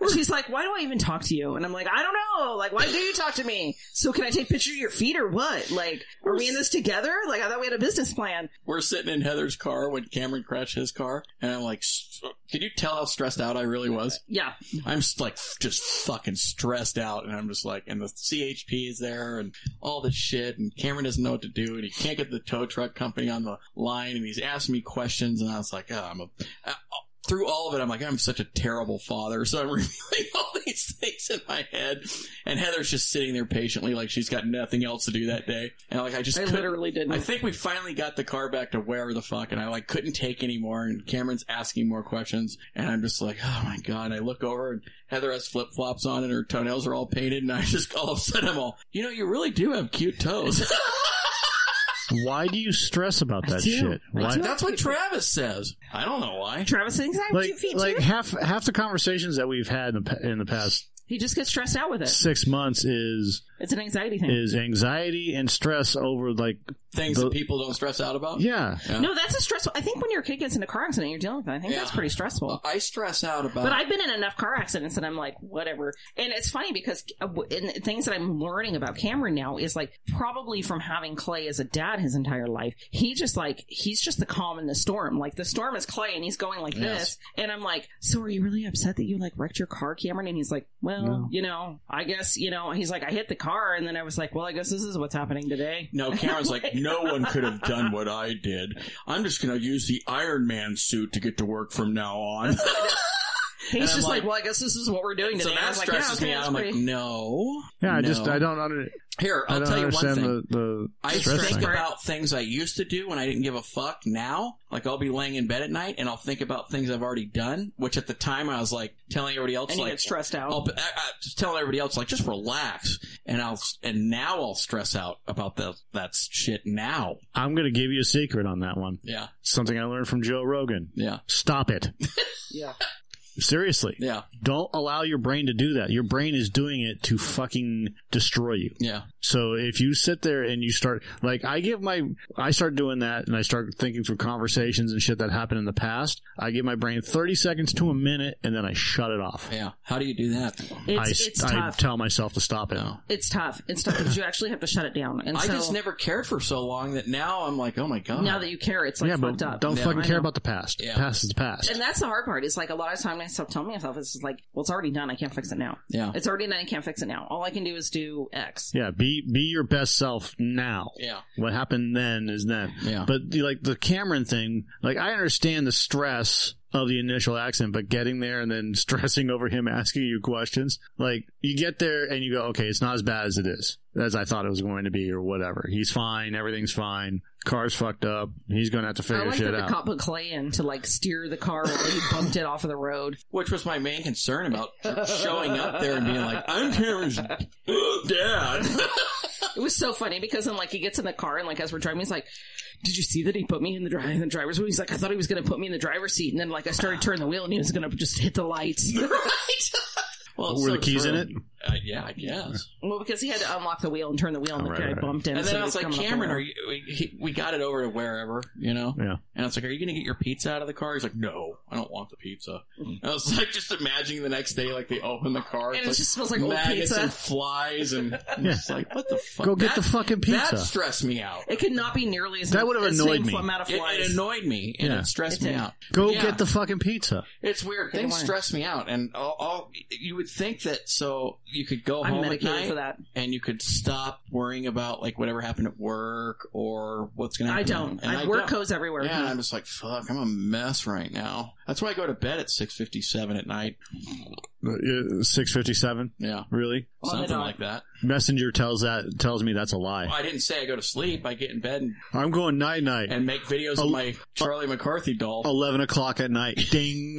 C: And she's like, why do I even talk to you? And I'm like, I don't know. Like, why do you talk to me? So can I take pictures of your feet or what? Like, are we in this together? Like, I thought we had a business plan.
B: We're sitting in Heather's car when Cameron crashed his car, and I'm like, "S- "Could you tell how stressed out I really was?
C: Yeah.
B: I'm s- like f- just fucking stressed out, and I'm just like, and the CHP is there, and all this shit, and Cameron doesn't know what to do, and he can't get the tow truck company on the line, and he's asking me questions, and I was like, oh, I'm a. Uh, through all of it, I'm like, I'm such a terrible father. So I'm reviewing all these things in my head. And Heather's just sitting there patiently, like she's got nothing else to do that day. And like, I just
C: I
B: couldn't-
C: literally didn't.
B: I think we finally got the car back to wherever the fuck, and I like couldn't take anymore. And Cameron's asking more questions, and I'm just like, oh my god. I look over, and Heather has flip flops on, and her toenails are all painted, and I just all of a sudden I'm all, you know, you really do have cute toes.
A: Why do you stress about
C: I
A: that
C: do.
A: shit?
C: I
A: Why?
C: do.
B: That's what Travis says. I don't know why.
C: Travis thinks I have
A: Like,
C: cute feet
A: like
C: too.
A: half half the conversations that we've had in the, pa- in the past
C: He just gets stressed out with it.
A: six months is
C: It's an anxiety thing.
A: is anxiety and stress over like
B: Things
A: The-
B: that people don't stress out about.
A: yeah
B: uh,
C: No, that's a stressful. I think when your kid gets in a car accident, you're dealing with that. I think
B: Yeah. Uh,
C: that's pretty stressful.
B: I stress out about.
C: But I've been in enough car accidents and I'm like, whatever. And it's funny because uh, w- and things that I'm learning about Cameron now is like probably from having Clay as a dad his entire life. He just like, he's just the calm in the storm. Like the storm is Clay and he's going like
B: Yes.
C: this. And I'm like, so are you really upset that you like wrecked your car, Cameron? And he's like, well,
A: No.
C: you know, I guess, you know, he's like, I hit the car. And then I was like, well, I guess this is what's happening today.
B: No, Cameron's like, no one could have done what I did. I'm just going to use the Iron Man suit to get to work from now on.
C: He's
B: And I'm
C: just like,
B: like-
C: well, I guess this is what we're doing
B: so
C: today. And I
B: that
C: was like,
B: stresses
C: yeah, okay,
B: me out.
C: that's
B: I'm like,
C: pretty-
B: no.
A: yeah I just
B: no.
A: I don't under,
B: Here,
A: I
B: I'll
A: don't
B: tell you one
A: understand
B: thing.
A: the the
B: I
A: stress
B: think
A: thing.
B: about things I used to do when I didn't give a fuck now. Like I'll be laying in bed at night and I'll think about things I've already done, which at the time I was like telling everybody else
C: and you
B: like
C: get stressed out.
B: I'll, I, I just telling everybody else like just relax and I'll and now I'll stress out about the, that shit now.
A: I'm gonna give you a secret on that one
B: Yeah.
A: something I learned from Joe Rogan
B: Yeah.
A: stop it
C: yeah.
A: seriously
B: Yeah.
A: don't allow your brain to do that your brain is doing it to fucking destroy you
B: Yeah.
A: So if you sit there and you start like I give my I start doing that and I start thinking through conversations and shit that happened in the past, I give my brain 30 seconds to a minute and then I shut it off.
B: Yeah. How do you do that?
A: I,
C: It's, it's
A: I
C: tough.
A: tell myself to stop it.
B: No.
C: it's tough. It's tough because you actually have to shut it down. And
B: I
C: so
B: just never cared for so long that now I'm like, oh my god.
C: now that you care, it's like
A: yeah, but
C: fucked up.
A: don't
B: Yeah,
A: fucking
C: I
A: care
C: know.
A: about the past.
B: Yeah.
A: Past is the past.
C: And that's the hard part. Is like a lot of time I stop telling myself it's just like, well, it's already done. I can't fix it now.
B: yeah.
C: It's already done. I can't fix it now. All I can do is do X.
A: yeah, be be your best self now.
B: Yeah.
A: What happened then is then.
B: Yeah.
A: But the- like the Cameron thing, like I understand the stress of the initial accident, but getting there and then stressing over him asking you questions, like you get there and you go, okay, it's not as bad as it is, as I thought it was going to be or whatever. He's fine. Everything's fine. Car's fucked up. He's going to have to figure
C: I like
A: shit
C: that the
A: out.
C: cop put Clay in to like steer the car while he bumped it off of the road.
B: which was my main concern about showing up there and being like, I'm Cameron's dad.
C: It was so funny because then like he gets in the car and like as we're driving, he's like, "Did you see that he put me in the, dri- in the driver's seat?" He's like, "I thought he was going to put me in the driver's seat," and then like I started turning the wheel and he was going to just hit the lights.
B: well,
A: Were the keys in it?
B: Uh, yeah, I guess.
C: Well, because he had to unlock the wheel and turn the wheel, and
A: Oh,
C: the
A: right,
C: guy
A: right.
C: bumped in.
B: And
C: so
B: then
C: he
B: I was like,
C: coming up the
B: Cameron,
C: wheel.
B: are you? We, he, we got it over to wherever, you know.
A: Yeah.
B: And I was like, Are you going to get your pizza out of the car? He's like, No, I don't want the pizza. I was like, just imagining the next day, like they open the car,
C: And it
B: it's
C: just smells
B: like
C: like old
B: maggots
C: pizza.
B: and flies, and I'm
A: Yeah.
B: just like, what the fuck?
A: Go get the fucking pizza.
B: That stressed me out.
C: It could not be nearly as
A: That would have
C: as
A: annoyed
C: same
A: me.
C: Amount of
B: It,
C: flies.
B: it annoyed me and
A: Yeah.
B: it stressed
C: It
B: me
C: did.
B: out.
A: Go
B: Yeah.
A: get the fucking pizza.
B: It's weird.
C: They
B: Things
C: weren't.
B: stress me out, and all, all you would think that so you could go
C: I'm
B: home at
C: medicated
B: night
C: for that.
B: and you could stop worrying about like whatever happened at work or what's going to
C: I
B: happen.
C: don't.
B: And
C: I, work
B: don't.
C: goes everywhere.
B: Yeah, and I'm just like fuck. I'm a mess right now. That's why I go to bed at 6:57 at night.
A: Uh, Six fifty seven.
B: Yeah,
A: Really?
C: On the
B: something
C: dot.
B: like that.
A: Messenger tells that tells me that's a lie.
B: Well, I didn't say I go to sleep. I get in bed and,
A: I'm going night night.
B: and make videos
A: Oh,
C: Oh.
B: of my Charlie McCarthy doll.
A: Eleven o'clock at night. Ding.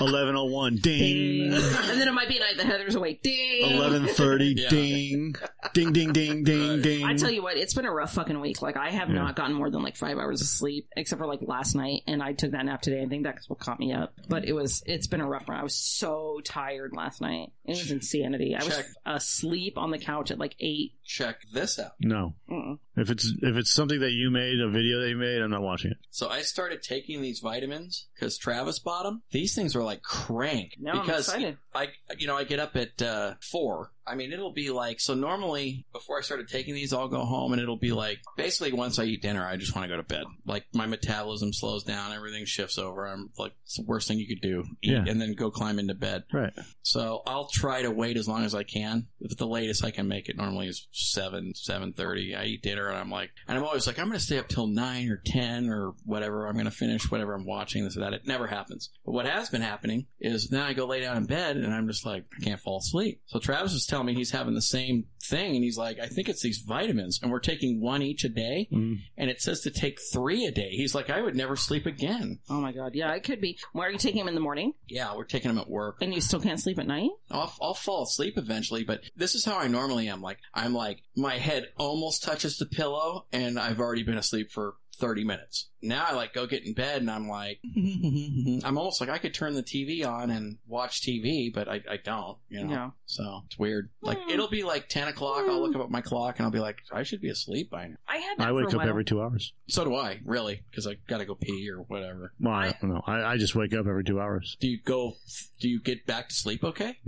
A: Eleven oh one,
C: Ding.
A: ding.
C: and then it might be a night that Heather's awake. Ding.
A: Eleven thirty,
B: Yeah.
A: ding, ding, ding, ding, ding,
B: Right.
A: ding.
C: I tell you what, it's been a rough fucking week. Like I have
A: Yeah.
C: not gotten more than like five hours of sleep, except for like last night, and I took that nap today. I think that's what caught me up. But it was, it's been a rough run. I was so tired last night. It was insanity. I was
B: Check.
C: asleep on the couch at like eight.
B: Check this out.
A: no.
C: Mm.
A: If it's if it's something that you made, a video that you made, I'm not watching it.
B: So I started taking these vitamins because Travis bought them. These things were like crank
C: Now I'm
B: because
C: excited.
B: I, you know, I get up at uh, four. I mean, it'll be like so. Normally, before I started taking these, I'll go home and it'll be like basically once I eat dinner, I just want to go to bed. Like my metabolism slows down, everything shifts over. I'm like it's the worst thing you could do, eat
A: Yeah.
B: and then go climb into bed.
A: Right.
B: So I'll try to wait as long as I can. But the latest I can make it normally is seven, seven thirty. I eat dinner and I'm like, and I'm always like, I'm going to stay up till nine or ten or whatever. I'm going to finish whatever I'm watching. This or that. It never happens. But what has been happening is then I go lay down in bed and I'm just like, I can't fall asleep. So Travis was telling me he's having the same thing, and he's like, I think it's these vitamins, and we're taking one each a day,
A: Mm.
B: and it says to take three a day. He's like, I would never sleep again.
C: Oh my god, yeah, it could be. Why are you taking them in the morning
B: Yeah, we're taking them at work.
C: and you still can't sleep at night?
B: I'll, I'll fall asleep eventually, but this is how I normally am. Like, I'm like, my head almost touches the pillow and I've already been asleep for 30 minutes. Now I like go get in bed and I'm like, I'm almost like I could turn the TV on and watch TV, but I, I don't, you know?
C: No.
B: So it's weird. Like,
C: Hmm.
B: it'll be like 10 o'clock. I'll look up at my clock and I'll be like, I should be asleep by now.
C: I had that
A: I
C: for
A: wake
C: a
A: up
C: while.
A: every two hours.
B: So do I, really, because I gotta go pee or whatever.
A: Well, I don't know. I, I just wake up every two hours.
B: Do you go, do you get back to sleep okay?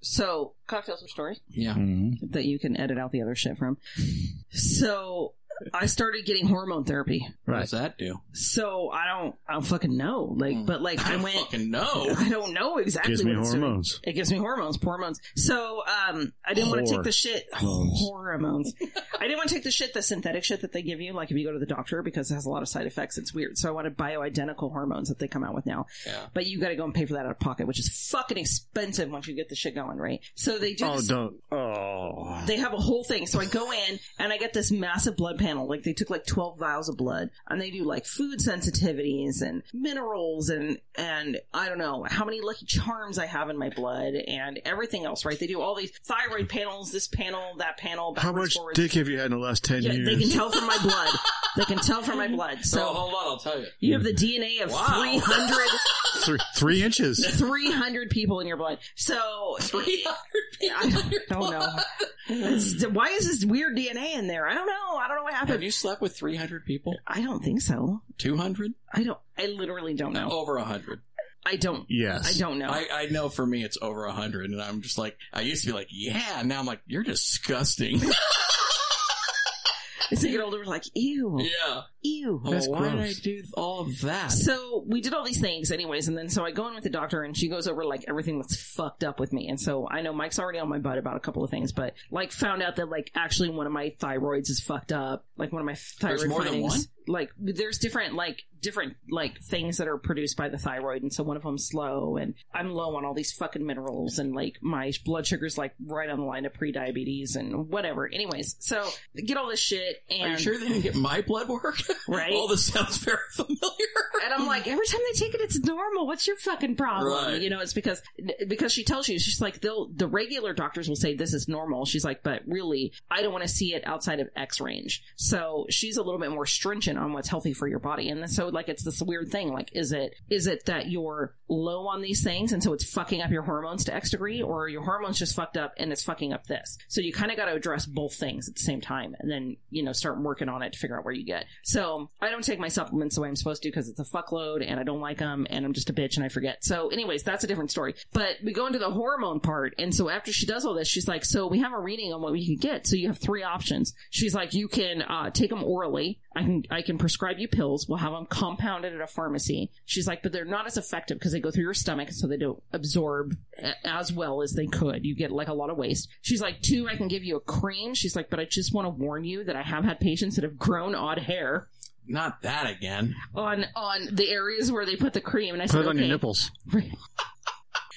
C: So cocktails with stories.
B: Yeah.
A: Mm.
C: that you can edit out the other shit from. So I started getting hormone therapy.
B: What
A: Right.
B: does that do?
C: So I don't, I don't fucking know. Like,
B: Hmm.
C: but like I
B: don't
C: went,
B: fucking know.
C: I don't know exactly.
A: Gives me
C: what it's doing.
A: hormones.
C: It gives me hormones, hormones. So um, I didn't want to take
A: Whore.
C: the shit
A: Hormones.
C: hormones. I didn't want to take the shit, the synthetic shit that they give you, like if you go to the doctor, because it has a lot of side effects. It's weird. So I wanted bioidentical hormones that they come out with now.
B: Yeah.
C: But you got to go and pay for that out of pocket, which is fucking expensive once you get the shit going, right? So they do.
A: Oh,
C: this-
A: don't. Oh.
C: they have a whole thing. So I go in and I get this massive blood panel. Like they took like 12 vials of blood and they do like food sensitivities and minerals and, and I don't know how many lucky charms I have in my blood and everything else, right? They do all these thyroid panels, this panel, that panel.
A: How
C: backwards,
A: much
C: forwards.
A: dick have you had in the last ten
C: Yeah,
A: years?
C: they can tell from my blood. they can tell from my blood.
B: So
C: So
B: hold on, I'll tell you.
C: you have the DNA of
B: Oh, Wow.
C: 300,
A: three, three inches.
C: 300 people in your blood. So
B: Three
C: I
B: hundred
C: don't-
B: Oh,
C: don't know. It's- why is this weird DNA in there? I don't know. I don't know what
B: Have
C: happened.
B: you slept with three hundred people?
C: I don't think so.
B: Two hundred?
C: I don't. I literally don't know.
B: Over a hundred.
C: I don't. I
A: Yes.
C: don't know.
B: Oh. I, I know for me it's over a hundred, and I'm just like I used to be like, yeah. Now I'm like, you're disgusting.
C: As they get older, we're like, ew,
B: yeah.
C: ew.
B: Well,
A: That's
B: why did I
A: gross.
B: do all of that?
C: So we did all these things, anyways, and then so I go in with the doctor, and she goes over like everything that's fucked up with me, and so I know Mike's already on my butt about a couple of things, but like found out that like actually one of my thyroids is fucked up, like one of my thyroid
B: There's more than
C: findings.
B: one?
C: Like there's different like different like things that are produced by the thyroid, and so one of them's low, and I'm low on all these fucking minerals, and like my blood sugar's like right on the line of pre-diabetes and whatever. Anyways, so get all this shit, and
B: Are you sure they didn't get my blood work?
C: right.
B: all this sounds very familiar.
C: And I'm like, every time they take it, it's normal. What's your fucking problem?
B: Right.
C: You know, it's because because she tells you, she's like, they'll the regular doctors will say this is normal. She's like, but really, I don't want to see it outside of X range. So she's a little bit more stringent on what's healthy for your body. And so like, it's this weird thing. Like, is it is it that you're low on these things, and so it's fucking up your hormones to X degree, or are your hormones just fucked up and it's fucking up this? So you kind of got to address both things at the same time, and then you know start working on it to figure out where you get. So I don't take my supplements the way I'm supposed to because it's a fuckload and I don't like them and I'm just a bitch and I forget. So, anyways, that's a different story. But we go into the hormone part, and so after she does all this, she's like, "So we have a reading on what we can get. So you have three options." She's like, "You can uh, take them orally. I can I can prescribe you pills. We'll have them compounded at a pharmacy." She's like, "But they're not as effective because they go through your stomach, so they don't absorb a- as well as they could. You get like a lot of waste." She's like, two, I can give you a cream." She's like, "But I just want to warn you that I have had patients that have grown odd hair."
B: Not that again.
C: on on the areas where they put the cream, and I
A: Put
C: said,
A: it on
C: okay.
A: your nipples.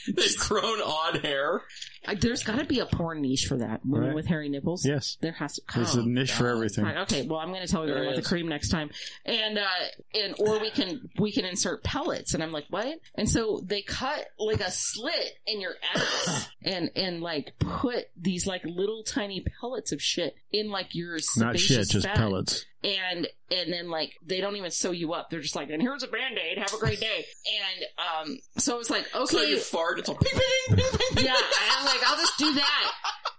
B: They've grown odd hair.
C: I, there's got to be a porn niche for that. Women
A: Right.
C: with hairy nipples.
A: Yes.
C: There has to.
A: There's a
C: Oh,
A: niche for
B: God.
A: everything.
C: Right, okay. Well, I'm going to tell everyone
B: There
C: about the
B: is.
C: cream next time, and uh, and or we can we can insert pellets, and I'm like, what? And so they cut like a slit in your ass, and and like put these like little tiny pellets of shit in like your
A: Not shit,
C: sebaceous
A: just
C: fat.
A: pellets.
C: and and then like they don't even sew you up. They're just like, and here's a band aid. Have a great day. And um, so I was like, okay,
B: So you fart, it's all ping, ping, ping, ping, ping.
C: yeah, I'm like, I'll just do that.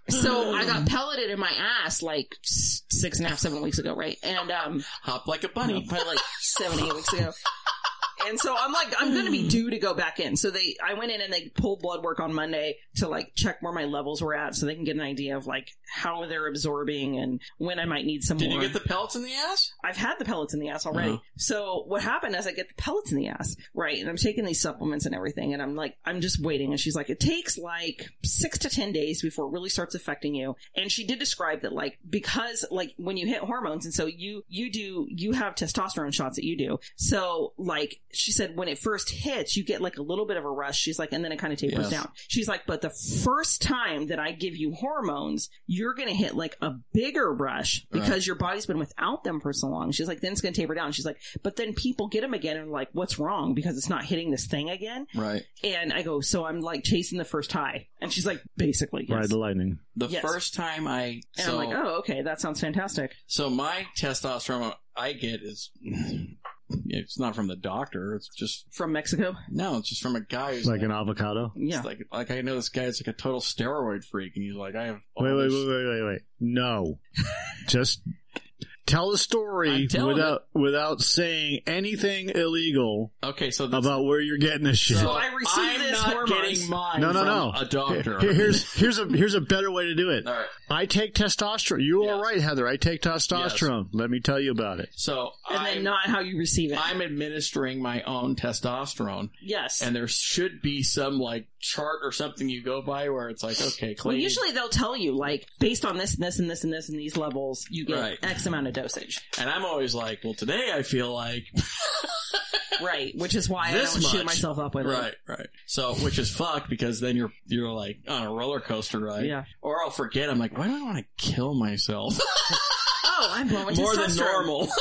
C: So I got pelleted in my ass like s- six and a half, seven weeks ago, right? And um,
B: Hop like a
C: no,
B: bunny.
C: probably like seven, eight weeks ago. And so I'm like, I'm gonna
B: Hmm.
C: be due to go back in. So they, I went in and they pulled blood work on Monday to like check where my levels were at, so they can get an idea of like how they're absorbing and when I might need some
B: Did
C: more.
B: you get the pellets in the ass?
C: I've had the pellets in the ass already.
B: Uh-huh.
C: So what happened is I get the pellets in the ass, right? And I'm taking these supplements and everything, and I'm like, I'm just waiting. And she's like, it takes like six to ten days before it really starts affecting you. And she did describe that, like, because like when you hit hormones, and so you you do you have testosterone shots that you do. So like she said, when it first hits, you get like a little bit of a rush. She's like, and then it kind of
B: Yes.
C: tapers down. She's like, but the first time that I give you hormones, you're going to hit like a bigger rush because your body's been without them for so long. She's like, then it's going to taper down. She's like, but then people get them again and like, what's wrong? Because it's not hitting this thing again.
B: Right.
C: And I go, so I'm like chasing the first high. And she's like, basically, yes.
A: Ride the lightning.
B: The
C: Yes.
B: first time I
C: And
B: so
C: I'm like, oh, okay, that sounds fantastic.
B: so my testosterone I get is it's not from the doctor. It's just
C: From Mexico?
B: no. It's just from a guy who's
A: Like an avocado.
C: Yeah.
B: It's like like I know this guy's like a total steroid freak, and he's like, I have all
A: Wait, wait,
B: this-
A: wait, wait, wait, wait. No. Just tell the story
B: I'm telling
A: without without saying anything illegal
B: Okay, so this,
A: about where you're getting this shit.
B: so
C: So I received
B: I'm
C: this
B: not
C: hormones.
B: getting mine
A: No, no,
B: from
A: no.
B: a doctor.
A: Here- here's here's a here's a better way to do it.
B: all right.
A: I take testosterone. You
B: Yes.
A: all right, Heather? I take testosterone. Let me tell you about it.
B: So
C: And
B: I'm,
C: then not how you receive it.
B: I'm administering my own testosterone,
C: yes.
B: and there should be some like chart or something you go by where it's like, okay,
C: well,
B: Clayton,
C: usually they'll tell you, like, based on this and this and this and this and these levels, you get
B: Right.
C: X amount of dosage.
B: and I'm always like, well, today I feel like
C: Right, which is why
B: This
C: I don't shoot
B: much.
C: myself up with
B: right, right. So which is fucked because then you're you're like on a roller coaster
C: it.
B: ride,
C: Yeah.
B: or I'll forget. I'm like, why do I want to kill myself
C: Oh, I'm low in
B: more
C: testosterone.
B: than normal?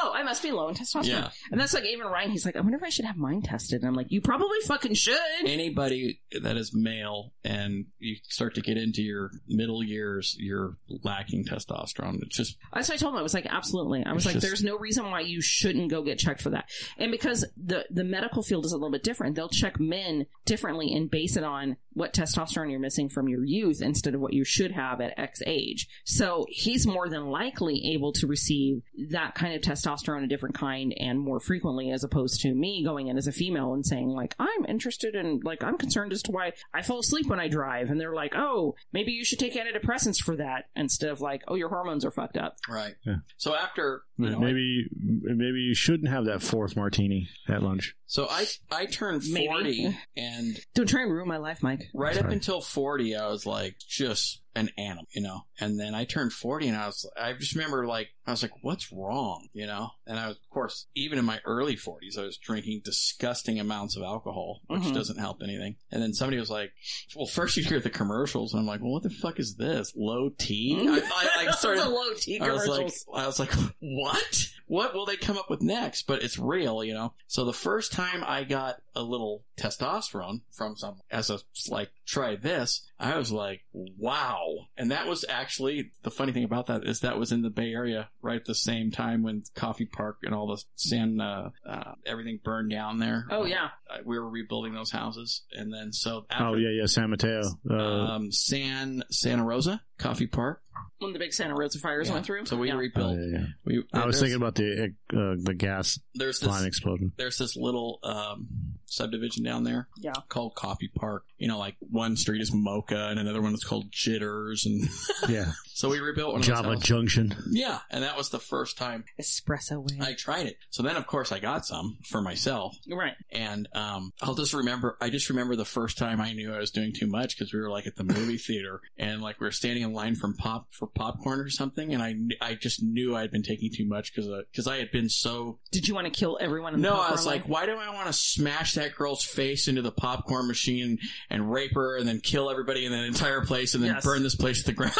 C: Oh, I must be low in testosterone.
B: yeah.
C: And that's like even Ryan. He's like, I wonder if I should have mine tested. And I'm like, you probably fucking should.
B: anybody that is male and you start to get into your middle years, you're lacking testosterone. It's just
C: That's what I told him. I was like, absolutely. I was
B: It's
C: like,
B: just-
C: there's no reason why you shouldn't go get checked for that. And because the the medical field is a little bit different, they'll check men differently and base it on what testosterone you're missing from your youth instead of what you should have at X age. So he's more than likely able to receive that kind of testosterone, a different kind, and more frequently, as opposed to me going in as a female and saying like, I'm interested in like I'm concerned as to why I fall asleep when I drive, and they're like, oh, maybe you should take antidepressants for that instead of like, oh, your hormones are fucked up.
B: right.
A: Yeah.
B: So after you know,
A: Maybe maybe you shouldn't have that fourth martini at lunch.
B: so I I turned
C: Maybe.
B: forty and
C: Don't try and ruin my life, Mike.
B: right up
A: Sorry.
B: until forty I was like just an animal, you know. And then I turned forty and I was I just remember like I was like, What's wrong? you know? And I was of course even in my early forties I was drinking disgusting amounts of alcohol, which
C: Mhm.
B: doesn't help anything. And then somebody was like well, first you hear the commercials, and I'm like, well, what the fuck is this? Low T? I, I, I started.
C: the low T
B: I was like,
C: commercials.
B: I was like, what? What will they come up with next? But it's real, you know. So the first time I got a little testosterone from someone as a like, try this, I was like, wow. And that was actually the funny thing about that is that was in the Bay Area right at the same time when Coffee Park and all the San uh, uh, everything burned down there.
C: oh yeah,
B: Uh, we were rebuilding those houses, and then so after
A: Oh yeah, yeah, San Mateo. Uh,
B: um, San Santa Rosa Coffee Park.
C: when the big Santa Rosa fires
B: Yeah.
C: went through.
B: So we
C: yeah.
A: oh,
B: rebuilt.
A: yeah, yeah.
B: We,
A: I was
B: there's-
A: thinking about the uh, the gas
B: there's
A: line
B: this
A: exploding.
B: there's this little um, subdivision down there
C: Yeah.
B: called Coffee Park. You know, like one street is Mocha and another one is called Jitters, and
A: Yeah,
B: so we rebuilt one
A: Java
B: of those. houses.
A: Junction.
B: Yeah, and that was the first time
C: espresso wave.
B: I tried it. So then, of course, I got some for myself,
C: right.
B: and um, I'll just remember. I just remember the first time I knew I was doing too much because we were like at the movie theater and like we were standing in line from pop for popcorn or something, and I kn- I just knew I had been taking too much because because I had been so
C: Did you want to kill everyone in the
B: no, I
C: popcorn
B: was
C: line?
B: like, why do I want to smash that girl's face into the popcorn machine and rape her and then kill everybody in that entire place and then
C: Yes.
B: burn this place to the ground.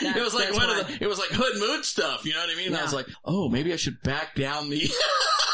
C: That-
B: it was like
C: that's
B: one
C: why.
B: of the, it was like hood mood stuff, you know what I mean? And I
C: Yeah.
B: was like, oh, maybe I should back down the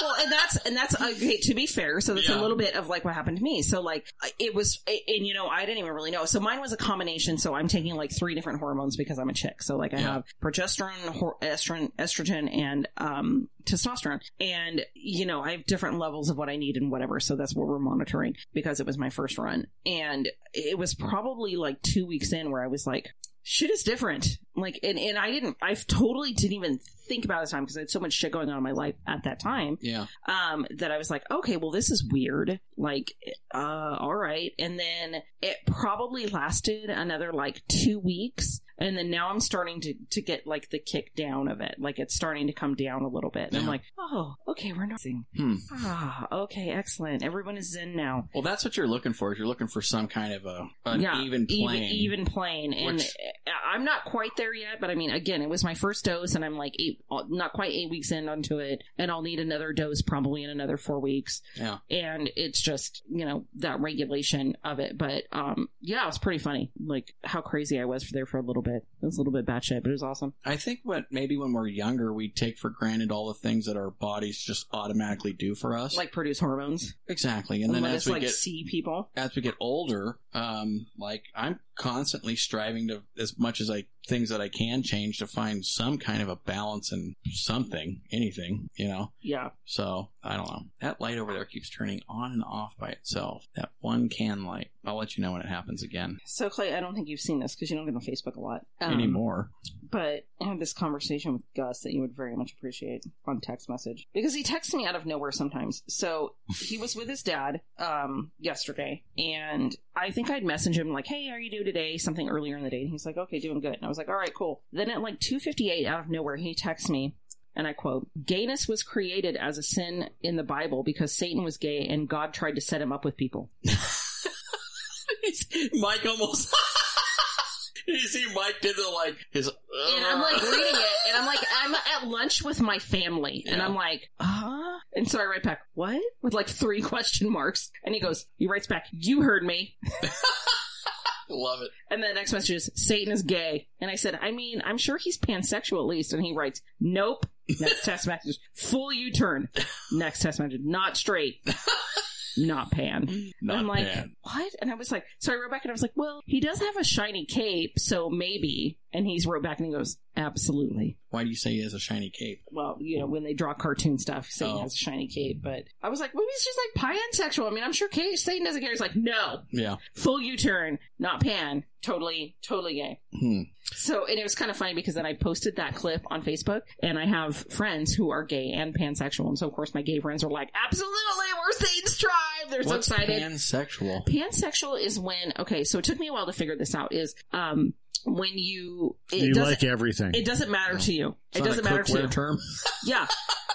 C: well, and that's and that's okay. To be fair, so that's
B: Yeah.
C: a little bit of like what happened to me. So like I- it was, I- and you know, I didn't even really know. So mine was a combination. So I'm taking like three different hormones because I'm a chick. So like I
B: Yeah.
C: have progesterone, hor- estrogen, estrogen, and um testosterone. And you know, I have different levels of what I need and whatever. So that's what we're monitoring because it was my first run, and it was probably like two weeks in where I was like, shit is different. Like, and, and I didn't, I totally didn't even think about it at the time because I had so much shit going on in my life at that time.
B: Yeah.
C: Um, that I was like, okay, well, this is weird. Like, uh, all right. And then it probably lasted another like two weeks. And then now I'm starting to, to get like the kick down of it. Like it's starting to come down a little bit. And I'm
B: Yeah.
C: like, oh, okay, we're noticing.
B: Hmm.
C: Ah, okay, excellent. Everyone is in now.
B: Well, that's what you're looking for. Is you're looking for some kind of a an
C: Yeah,
B: even plane.
C: Even, even plane. And
B: Which-
C: I- I'm not quite there yet, but I mean, again, it was my first dose, and I'm like eight, uh, not quite eight weeks in onto it, and I'll need another dose probably in another four weeks.
B: Yeah.
C: And it's just, you know, that regulation of it. But um, yeah, it was pretty funny. Like how crazy I was for there for a little bit. It was a little bit batshit, but it was awesome.
B: I think what maybe when we're younger we take for granted all the things that our bodies just automatically do for us.
C: Like produce hormones.
B: exactly, and then
C: let
B: as
C: us
B: we
C: like
B: get
C: see people.
B: as we get older, um, like I'm constantly striving to as much as I things that I can change to find some kind of a balance in something, anything, you know.
C: Yeah.
B: So I don't know. That light over there keeps turning on and off by itself. That one can light. I'll let you know when it happens again.
C: So Clay, I don't think you've seen this because you don't get on Facebook a lot Um,
B: Anymore.
C: but I had this conversation with Gus that you would very much appreciate on text message because he texts me out of nowhere sometimes. So he was with his dad um, yesterday, and I think I'd message him like, "Hey, how you doing today?" Something earlier in the day, and he's like, "Okay, doing good." And I was like, "All right, cool." Then at like two fifty eight, out of nowhere, he texts me. And I quote, gayness was created as a sin in the Bible because Satan was gay and God tried to set him up with people.
B: Mike almost. you see, Mike did the like his.
C: and I'm like reading it, and I'm like, I'm at lunch with my family, and
B: Yeah. Uh-huh.
C: I'm like, huh? And so I write back, what? With like three question marks, and he goes, he writes back, you heard me.
B: love it.
C: And then the next message is, Satan is gay, and I said, I mean, I'm sure he's pansexual at least, and he writes, nope. Next text message, full U-turn. Next text message, not straight, not pan.
B: Not
C: and I'm like,
B: bad.
C: what? And I was like, so I wrote back and I was like, well, he does have a shiny cape, so maybe. And he's wrote back and he goes, absolutely.
B: Why do you say he has a shiny cape?
C: well, you know, when they draw cartoon stuff, Satan
B: Oh.
C: has a shiny cape. But I was like, well, he's just like pansexual. I mean, I'm sure Kate, Satan doesn't care. He's like, no,
B: Yeah.
C: full U-turn, not pan, totally, totally gay.
B: Hmm.
C: So, and it was kind of funny because then I posted that clip on Facebook, and I have friends who are gay and pansexual, and so of course my gay friends are like, absolutely, we're Satan's tribe. They're so
B: What's
C: excited
B: pansexual?
C: pansexual is when okay so it took me a while to figure this out is um when you it
A: you
C: doesn't
A: like everything,
C: it doesn't matter to you
B: It's
C: it
B: not a
C: doesn't matter to
B: cookware
C: you
B: term.
C: yeah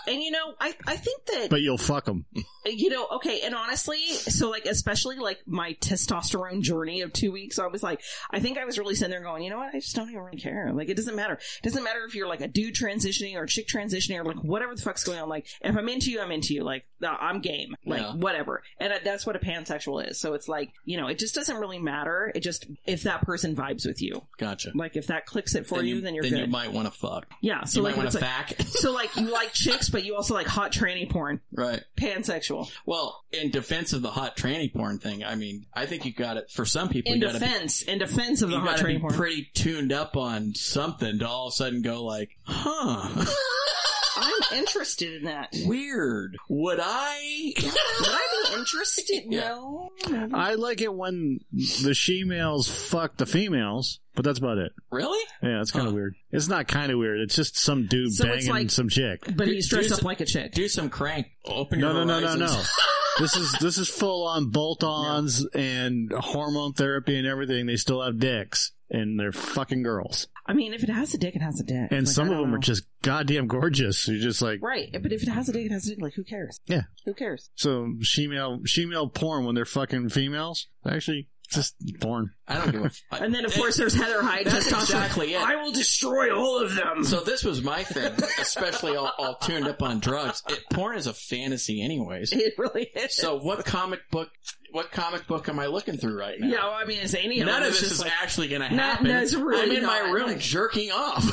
C: and you know i i think that
A: but you'll fuck them.
C: you know okay and honestly so like especially like my testosterone journey of two weeks i was like i think i was really sitting there going you know what i just don't even really care like it doesn't matter it doesn't matter if you're like a dude transitioning or a chick transitioning or like whatever the fuck's going on like if i'm into you i'm into you like uh, i'm game like
B: Yeah.
C: whatever and that's what a pansexual is so it's like you know it just doesn't really matter it just if that person vibes with you
B: Gotcha.
C: like if that clicks it for you, then you're
B: then
C: good
B: you might want to fuck.
C: yeah so
B: you
C: like,
B: might want
C: it's
B: to
C: like
B: fack.
C: so like you like chicks but you also like hot tranny porn
B: right.
C: pansexual
B: Well, in defense of the hot tranny porn thing, I mean, I think you got it. For some people,
C: in
B: you got to
C: defense, in defense of the
B: you
C: hot
B: gotta be
C: train porn.
B: pretty tuned up on something to all of a sudden go like, huh,
C: I'm interested in that.
B: weird. Would I?
C: Would I be interested?
B: Yeah.
C: No.
A: I like it when the she-males fuck the females, but that's about it.
B: really?
A: Yeah, it's kind of
B: Huh.
A: weird. It's not kind of weird. It's just some dude
C: So it's
A: banging
C: like-
A: some chick.
C: But he's dressed
B: Dude,
C: up like a chick.
B: Do some crank. Open your
A: No, no, no, no,
B: horizons.
A: no. this is this is full on bolt-ons and hormone therapy and everything. They still have dicks and they're fucking girls.
C: I mean, if it has a dick, it has a dick.
A: And
C: Like,
A: some
C: I
A: of
C: don't
A: them are
C: know.
A: just goddamn gorgeous. You're just like
C: right. But if it has a dick, it has a dick. Like, who cares?
A: Yeah.
C: Who cares?
A: so she male she male porn when they're fucking females. Actually, just thorn.
B: I don't give a fuck.
C: And then, of course, there's Heather Hyde.
B: That's
C: just
B: exactly it.
C: I will destroy all of them.
B: So this was my thing, especially all, all tuned up on drugs. It, porn is a fantasy, anyways.
C: it really is.
B: So what comic book? What comic book am I looking through right now?
C: yeah, well, I mean, it's any of
B: None
C: them.
B: of
C: It's
B: this
C: just
B: is
C: like,
B: actually going to
C: No,
B: happen.
C: no, it's really
B: I'm in my
C: not.
B: room
C: Like-
B: jerking off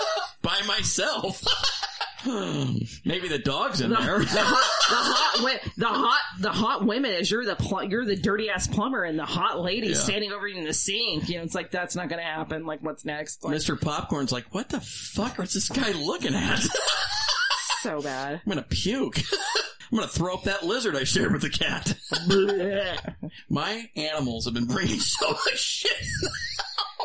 B: by myself. Maybe the dog's in
C: the, the
B: there.
C: hot, the hot, wi- the hot, the hot women is you're the pl- you're the dirty ass plumber and the hot lady
B: Yeah.
C: standing over you in the sink. You know, it's like that's not going to happen. Like, what's next? Like,
B: Mr. Popcorn's like, what the fuck is this guy looking at?
C: so bad.
B: I'm gonna puke. I'm gonna throw up that lizard I shared with the cat.
C: Blech.
B: My animals have been bringing so much shit.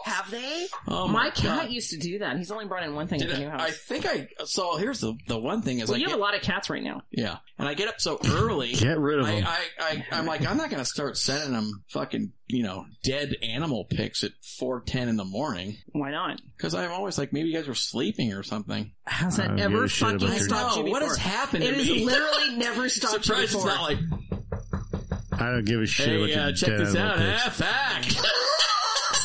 C: Have they?
B: Oh
C: my
B: my,
C: cat
B: God.
C: used to do that. He's only brought in one thing
B: Did
C: to the new
B: I, I
C: house.
B: think I. So here's the the one thing is
C: well,
B: I
C: you
B: get,
C: have a lot of cats right now.
B: yeah, and I get up so early.
A: Get rid of
B: I,
A: them.
B: I, I, I'm like, I'm not going to start sending them fucking, you know, dead animal pics at 4.10 in the morning.
C: Why not?
B: Because I'm always like, maybe you guys were sleeping or something.
C: Has
A: I
C: that
A: don't give
C: ever
A: a shit about
C: fucking
A: your-
C: stopped you
B: No,
C: before?
B: what has happened
C: It
B: to
C: has
B: me?
C: literally never stopped you
B: Surprised it's
C: before.
B: not like,
A: I don't give a shit what
B: hey,
A: you
B: uh, check
A: dead
B: this
A: animal
B: out,
A: pics.
B: eh? Fuck.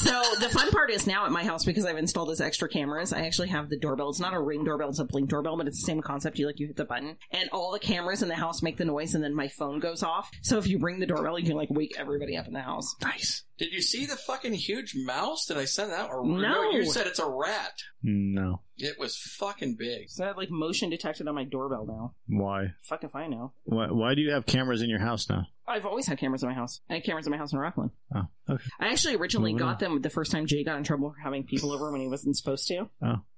C: So the fun part is now at my house because I've installed these extra cameras. I actually have the doorbell. It's not a ring doorbell; it's a blink doorbell, but it's the same concept. You like you hit the button, and all the cameras in the house make the noise, and then my phone goes off. So if you ring the doorbell, you can like wake everybody up in the house. Nice.
B: Did you see the fucking huge mouse? Did I send that? Or
C: No.
B: you said it's a rat.
A: No.
B: It was fucking big.
C: So I have like motion detected on my doorbell now.
A: Why?
C: Fuck if I know.
A: Why? Why do you have cameras in your house now?
C: I've always had cameras in my house. I had cameras in my house in Rockland.
A: Oh, okay.
C: I actually originally
A: Moving on.
C: got them the first time Jay got in trouble for having people over when he wasn't supposed to.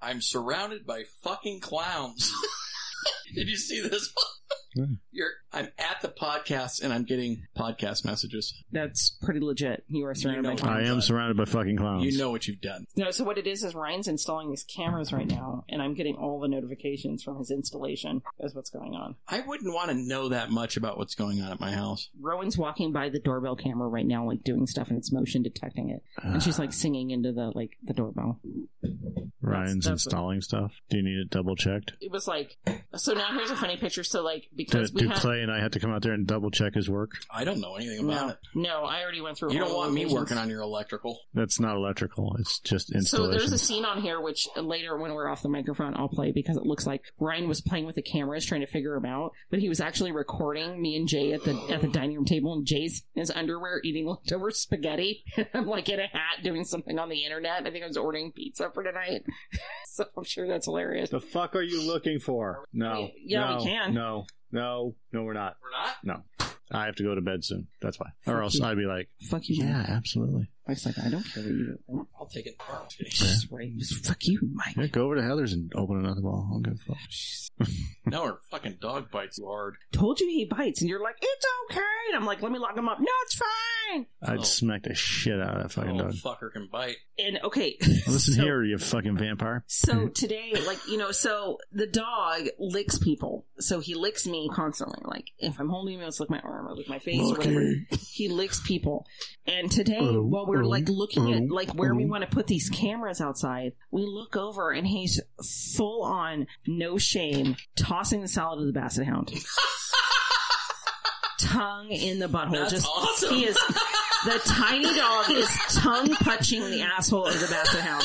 B: I'm surrounded by fucking clowns. Did you see this one?
A: Hmm.
B: You're, I'm at the podcast and I'm getting podcast messages.
C: That's pretty legit. You are surrounded
B: You
C: by
B: know
C: clowns.
A: I am surrounded by fucking clowns.
B: You know what you've done.
C: No, so what it is is Ryan's installing these cameras right now, and I'm getting all the notifications from his installation as what's going on.
B: I wouldn't want to know that much about what's going on at my house.
C: Rowan's walking by the doorbell camera right now, like doing stuff, and it's motion detecting it,
A: Uh,
C: and she's like singing into the like the doorbell.
A: Ryan's
C: that's-
A: installing stuff. Do you need it double checked?
C: It was like so. Now here's a funny picture. So like
A: Do,
C: because we
A: do
C: had
A: Clay and I have to come out there and double check his work?
B: I don't know anything about
C: no,
B: it.
C: no, I already went through.
B: You
C: all
B: don't
C: the
B: want me
C: locations.
B: working on your electrical.
A: That's not electrical. It's just
C: So
A: installation.
C: there's a scene on here which later, when we're off the microphone, I'll play because it looks like Ryan was playing with the cameras trying to figure him out, but he was actually recording me and Jay at the at the dining room table, and Jay's in his underwear eating leftover spaghetti. I'm like in a hat doing something on the internet. I think I was ordering pizza for tonight, so I'm sure that's hilarious.
A: the fuck are you looking for? No.
C: Yeah,
A: No.
C: we can.
A: No. No. No, we're not.
B: We're not.
A: I have to go to bed soon. That's why. Or else
C: you.
A: I'd be like,
C: Fuck you, Mike.
A: yeah, absolutely.
C: I was like, I don't care what you. do.
B: I'll take it. Oh, okay.
C: Just Ryan, just fuck you,
A: Yeah,
C: Mike.
A: go over to Heather's and open another ball. I'll give a fuck.
B: no, her fucking dog bites you hard.
C: Told you he bites, and you're like, it's okay. And I'm like, let me lock him up. No, it's fine.
A: I'd
B: Oh.
A: smack the shit out of that fucking
B: oh,
A: dog.
B: fucker can bite.
C: And okay,
A: Listen
C: so-
A: here, you fucking vampire.
B: Mm-hmm.
C: So today, like, you know, so the dog licks people. So he licks me constantly. Like, if I'm holding him, he'll lick my arm or lick my face or whatever. He licks people. And today,
A: Oh,
C: while we're
A: oh,
C: like looking at
A: oh,
C: like where we
A: oh.
C: want to put these cameras outside, we look over and he's full on, no shame, tossing the salad to the basset hound. Tongue in the butthole.
B: That's
C: just
B: awesome.
C: he is the tiny dog is tongue punching the asshole of the basset hound.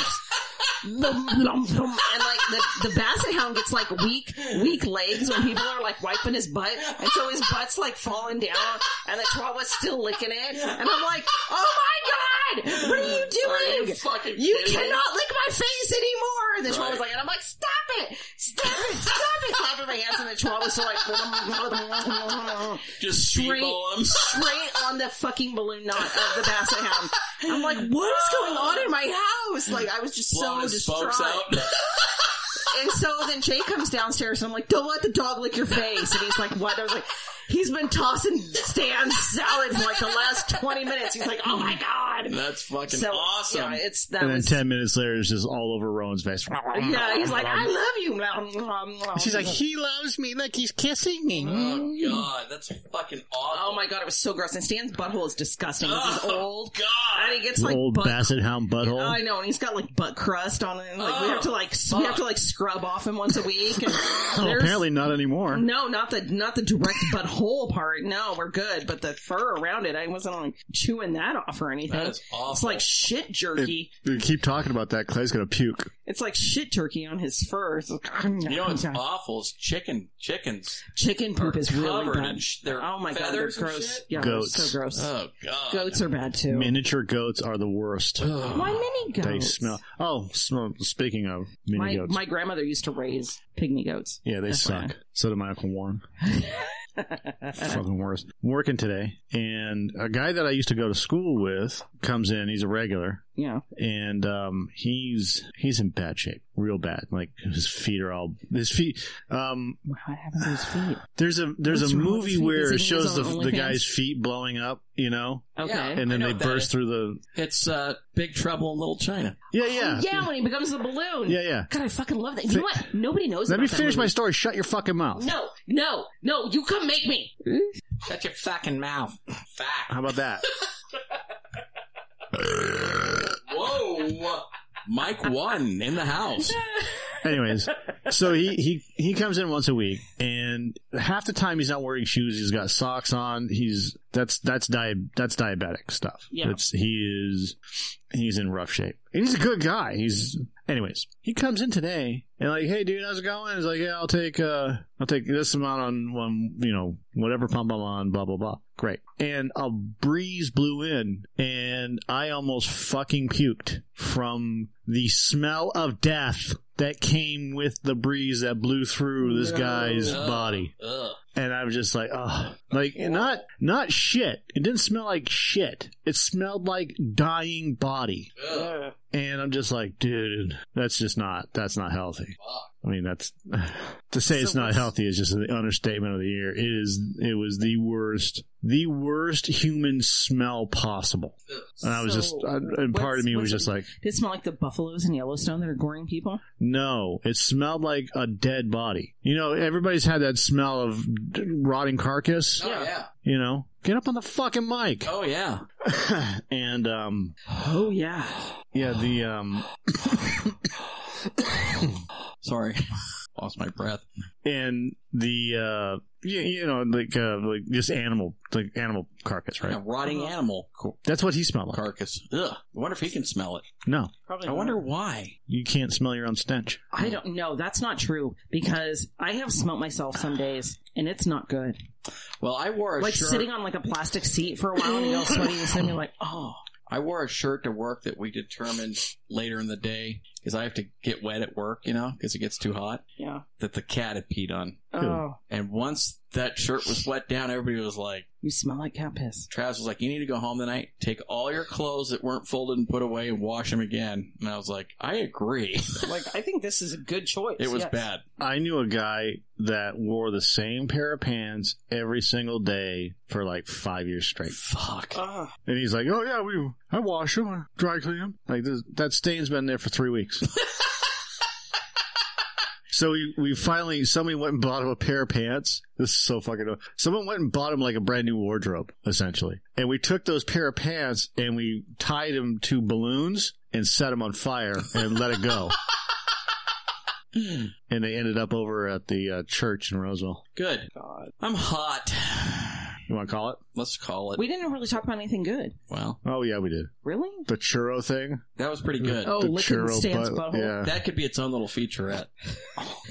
C: Blum, blum, blum. And like the, the basset hound gets like weak, weak legs when people are like wiping his butt, and so his butt's like falling down, and the chihuahua's still licking it. And I'm like, oh my god, what are you
B: Are
C: doing?
B: you fucking
C: You
B: kidding me?
C: cannot lick my face anymore. And the
B: Right.
C: chihuahua's like, and I'm like, stop it, stop it, stop it, clapping my hands, and the chihuahua's still like,
B: Just
C: Straight-
B: speedball him.
C: straight on the fucking balloon knot of the basset hound. I'm like, what is going on in my house? Like, I was just
B: Blowing
C: so
B: his spokes
C: distraught.
B: out.
C: And so then Jay comes downstairs, and I'm like, don't let the dog lick your face. And he's like, what? I was like, he's been tossing Stan's salad for like the last 20 minutes. He's like, oh my god.
B: That's fucking
C: So
B: awesome.
C: Yeah, it's that.
A: And then
C: was,
A: 10 minutes later, it's just all over Rowan's face.
C: yeah, he's like, "Oh, I love you.
A: She's like, he loves me like he's kissing me. Hmm?
B: oh
C: Mm.
B: god, that's fucking awesome.
C: oh my god, it was so gross. And Stan's butthole Um, is disgusting. He's
B: Oh,
C: old.
B: god.
C: And he gets
A: The
C: like
A: old
C: butt Uh,
A: basset hound butthole.
C: I know, and he's got like butt crust on it. and, Like we
B: Oh,
C: have to like s we have to like scrub off him once a week. And
A: oh,
C: there's-
A: apparently not anymore.
C: no, not the not the direct butthole whole part, no, we're good. But the fur around it, I wasn't like chewing that off or anything.
B: That is awful.
C: it's like shit jerky.
A: We keep talking about that. Clay's gonna puke.
C: it's like shit jerky on his fur. It's like, "Ah,
B: you know what's awful is chicken. Chickens
C: chicken
B: are
C: poop is really
B: covered
C: bad.
B: in sh- their
C: oh my god, they're
B: feathers and
C: gross.
B: shit?
C: Yeah,
A: Goats.
C: they're so gross.
B: Oh god.
C: goats are bad too.
A: Miniature goats are the worst.
B: Ugh.
C: Why mini goats?
A: They smell. Oh, sm- speaking of mini
C: My,
A: goats,
C: my grandmother used to raise pygmy goats.
A: yeah, they
C: That's
A: suck.
C: fine.
A: So did my uncle Warren.
C: Uh-huh.
A: fucking worse. I'm working today, and a guy that I used to go to school with comes in. He's a regular,
C: yeah.
A: and um, he's he's in bad shape, real bad. Like his feet are all his feet. Um,
C: Wow, What happened to his feet?
A: there's a there's
C: What's
A: a
C: wrong with
A: movie
C: feet? Is
A: where
C: he
A: it shows the
C: in his own
A: the
C: OnlyFans?
A: guy's feet blowing up, you know,
C: Okay.
B: Yeah.
A: and then
B: I know
A: they
B: what that
A: burst
B: is.
A: through the
B: It's uh, Big Trouble in Little China.
A: yeah
C: Oh,
A: yeah
C: yeah, when he becomes the balloon.
A: yeah yeah.
C: God, I fucking love that. You know what? Nobody knows.
A: Let
C: about
A: me
C: that
A: finish my
C: movie.
A: story. Shut your fucking mouth.
C: No, no, no! You come make me.
B: Shut your fucking mouth. Fact.
A: How about that?
B: Whoa. Mike won in the house.
A: Anyways, so he, he, he comes in once a week and half the time he's not wearing shoes. He's got socks on. He's, that's, that's di- that's diabetic stuff.
C: Yeah.
A: That's, he is, he's in rough shape. And he's a good guy. He's, anyways, he comes in today and like, Hey dude, how's it going? He's like, yeah, I'll take, uh, I'll take this amount on one, you know, whatever pump I'm on, blah, blah, blah. Great. And a breeze blew in and I almost fucking puked from the smell of death that came with the breeze that blew through this
C: No.
A: guy's
B: Ugh.
A: body.
B: Ugh.
A: And I was just like, oh, like not, not shit. It didn't smell like shit. It smelled like dying body.
B: Ugh.
A: And I'm just like, dude, that's just not, that's not healthy.
B: Fuck.
A: I mean, that's to say it's
C: So
A: not
C: what's-
A: healthy is just the understatement of the year. It is. It was the worst, the worst human smell possible. And I was just,
C: So,
A: I, and part
C: what's-
A: of me was
C: what's-
A: just like,
C: Did it smell like the buffaloes in Yellowstone that are goring people?
A: no, it smelled like a dead body. You know, everybody's had that smell of d- rotting carcass.
B: Oh yeah.
A: You know, get up on the fucking mic.
B: Oh yeah.
A: and um,
C: Oh yeah.
A: yeah, the um,
B: Sorry. Lost my breath.
A: and the uh, you, you know, like uh, like just animal, like animal carcass, right?
B: A rotting animal co-
A: That's what he smelled like.
B: carcass. Ugh. I wonder if he can smell it.
A: No,
C: Probably.
B: I wonder why.
A: you can't smell your own stench.
C: I don't know. That's not true because I have smelt myself some days and it's not good.
B: Well, I wore a
C: Like
B: shirt.
C: sitting on like a plastic seat for a while and you all sweaty and then you're like, oh.
B: I wore a shirt to work that we determined later in the day because I have to get wet at work, you know, because it gets too hot.
C: Yeah.
B: That the cat had peed on.
C: Oh.
B: And once that shirt was wet down, everybody was like,
C: You smell like cat piss.
B: Travis was like, you need to go home tonight, take all your clothes that weren't folded and put away and wash them again. And I was like, I agree.
C: Like, I think this is a good choice.
B: It was
C: yes.
B: bad.
A: I knew a guy that wore the same pair of pants every single day for like five years straight.
B: Fuck.
C: Ah.
A: And he's like, "Oh yeah, we I wash them, I dry clean them. Like this, that stain's been there for three weeks." so we we finally somebody went and bought him a pair of pants. This is so fucking. Someone went and bought him like a brand new wardrobe, essentially. And we took those pair of pants and we tied them to balloons and set them on fire and let it go. and they ended up over at the uh, church in Roseville.
B: Good.
C: God.
B: I'm hot.
A: You want to call it?
B: Let's call it.
C: We didn't really talk about anything good.
B: well,
A: Oh yeah, we did
C: Really?
A: the churro thing.
B: that was pretty good.
C: Oh,
A: the
C: licking Stan's
A: butt-
C: butthole.
A: Yeah,
B: That could be its own little featurette.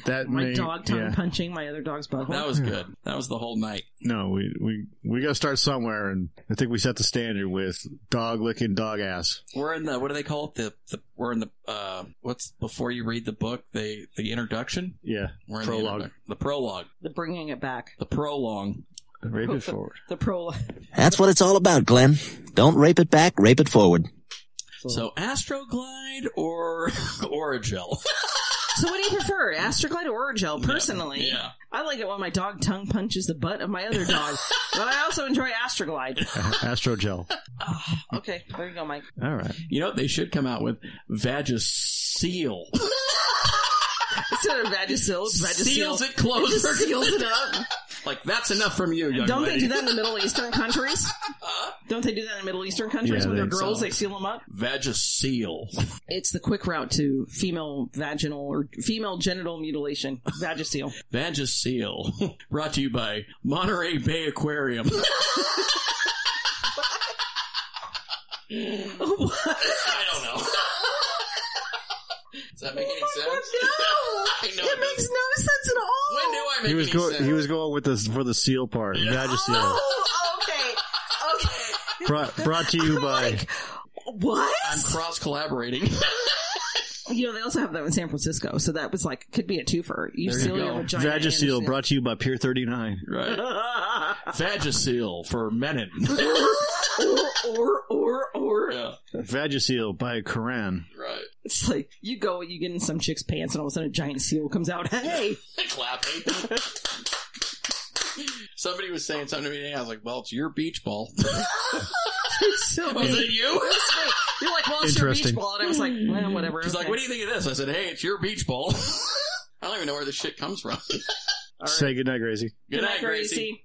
A: that
C: My
A: may-
C: dog tongue
A: yeah.
C: punching my other dog's butthole.
B: That was good. That was the whole night.
A: No, we we we got to start somewhere, and I think we set the standard with dog licking dog ass.
B: We're in the what do they call it? The, the we're in the uh what's before you read the book, the the introduction?
A: Yeah,
B: We're in
A: Prologue.
B: The, introduc- the prologue.
C: the bringing it back.
B: The prologue.
A: rape
C: it
A: forward.
C: The pro.
D: That's what it's all about, Glenn. Don't rape it back, rape it forward.
B: So Astroglide or Origel.
C: So, what do you prefer, Astroglide or Orgel? Personally,
B: yeah.
C: I like it when my dog tongue punches the butt of my other dog, but I also enjoy Astroglide.
A: Astrogel.
C: Ah, okay, there you go, Mike.
A: All right,
B: You know what they should come out with? Vagisil.
C: Instead of Vagisil, it's Vagisil.
B: Seals it closer.
C: Just seals it up.
B: Like that's enough from you, young
C: Don't they
B: lady.
C: do that in the Middle Eastern countries? Don't they do that in Middle Eastern countries
A: Yeah,
C: with
A: I
C: their
A: think
C: girls?
B: so.
C: They seal them up.
B: Vagisil.
C: It's the quick route to female vaginal or female genital mutilation. Vagisil.
B: Vagisil. Brought to you by Monterey Bay Aquarium. I don't know. Oh Does that make any sense?
C: No,
B: I know.
C: it makes no sense at all.
B: when do I make
A: He was
B: any
A: going.
B: sense?
A: He was going with this for the seal part. Vagisil.
C: Oh, okay, okay.
A: Brought brought to you by.
C: What?
B: I'm cross collaborating.
C: you know, they also have that in San Francisco, so that was like could be a twofer. You
B: There you
C: seal
B: go.
C: your vagina. and a seal.
A: Vagisil brought to you by Pier 39.
B: right. Vagisil for Menin.
C: or, or, or, or.
B: yeah.
A: Vagisil by Koran.
B: Right.
C: It's like you go, you get in some chick's pants, and all of a sudden a giant seal comes out. Hey,
B: Clapping. Somebody was saying something to me today. I was like, well, it's your beach ball.
C: it's so
B: was it you?
C: You're like, well, it's your beach
A: Interesting.
C: ball, and I was like, well, whatever.
B: She's like,
C: okay.
B: what do you think of this? I said, hey, it's your beach ball. I don't even know where this shit comes from.
A: Say goodnight, Gracie.
B: Good night, Gracie.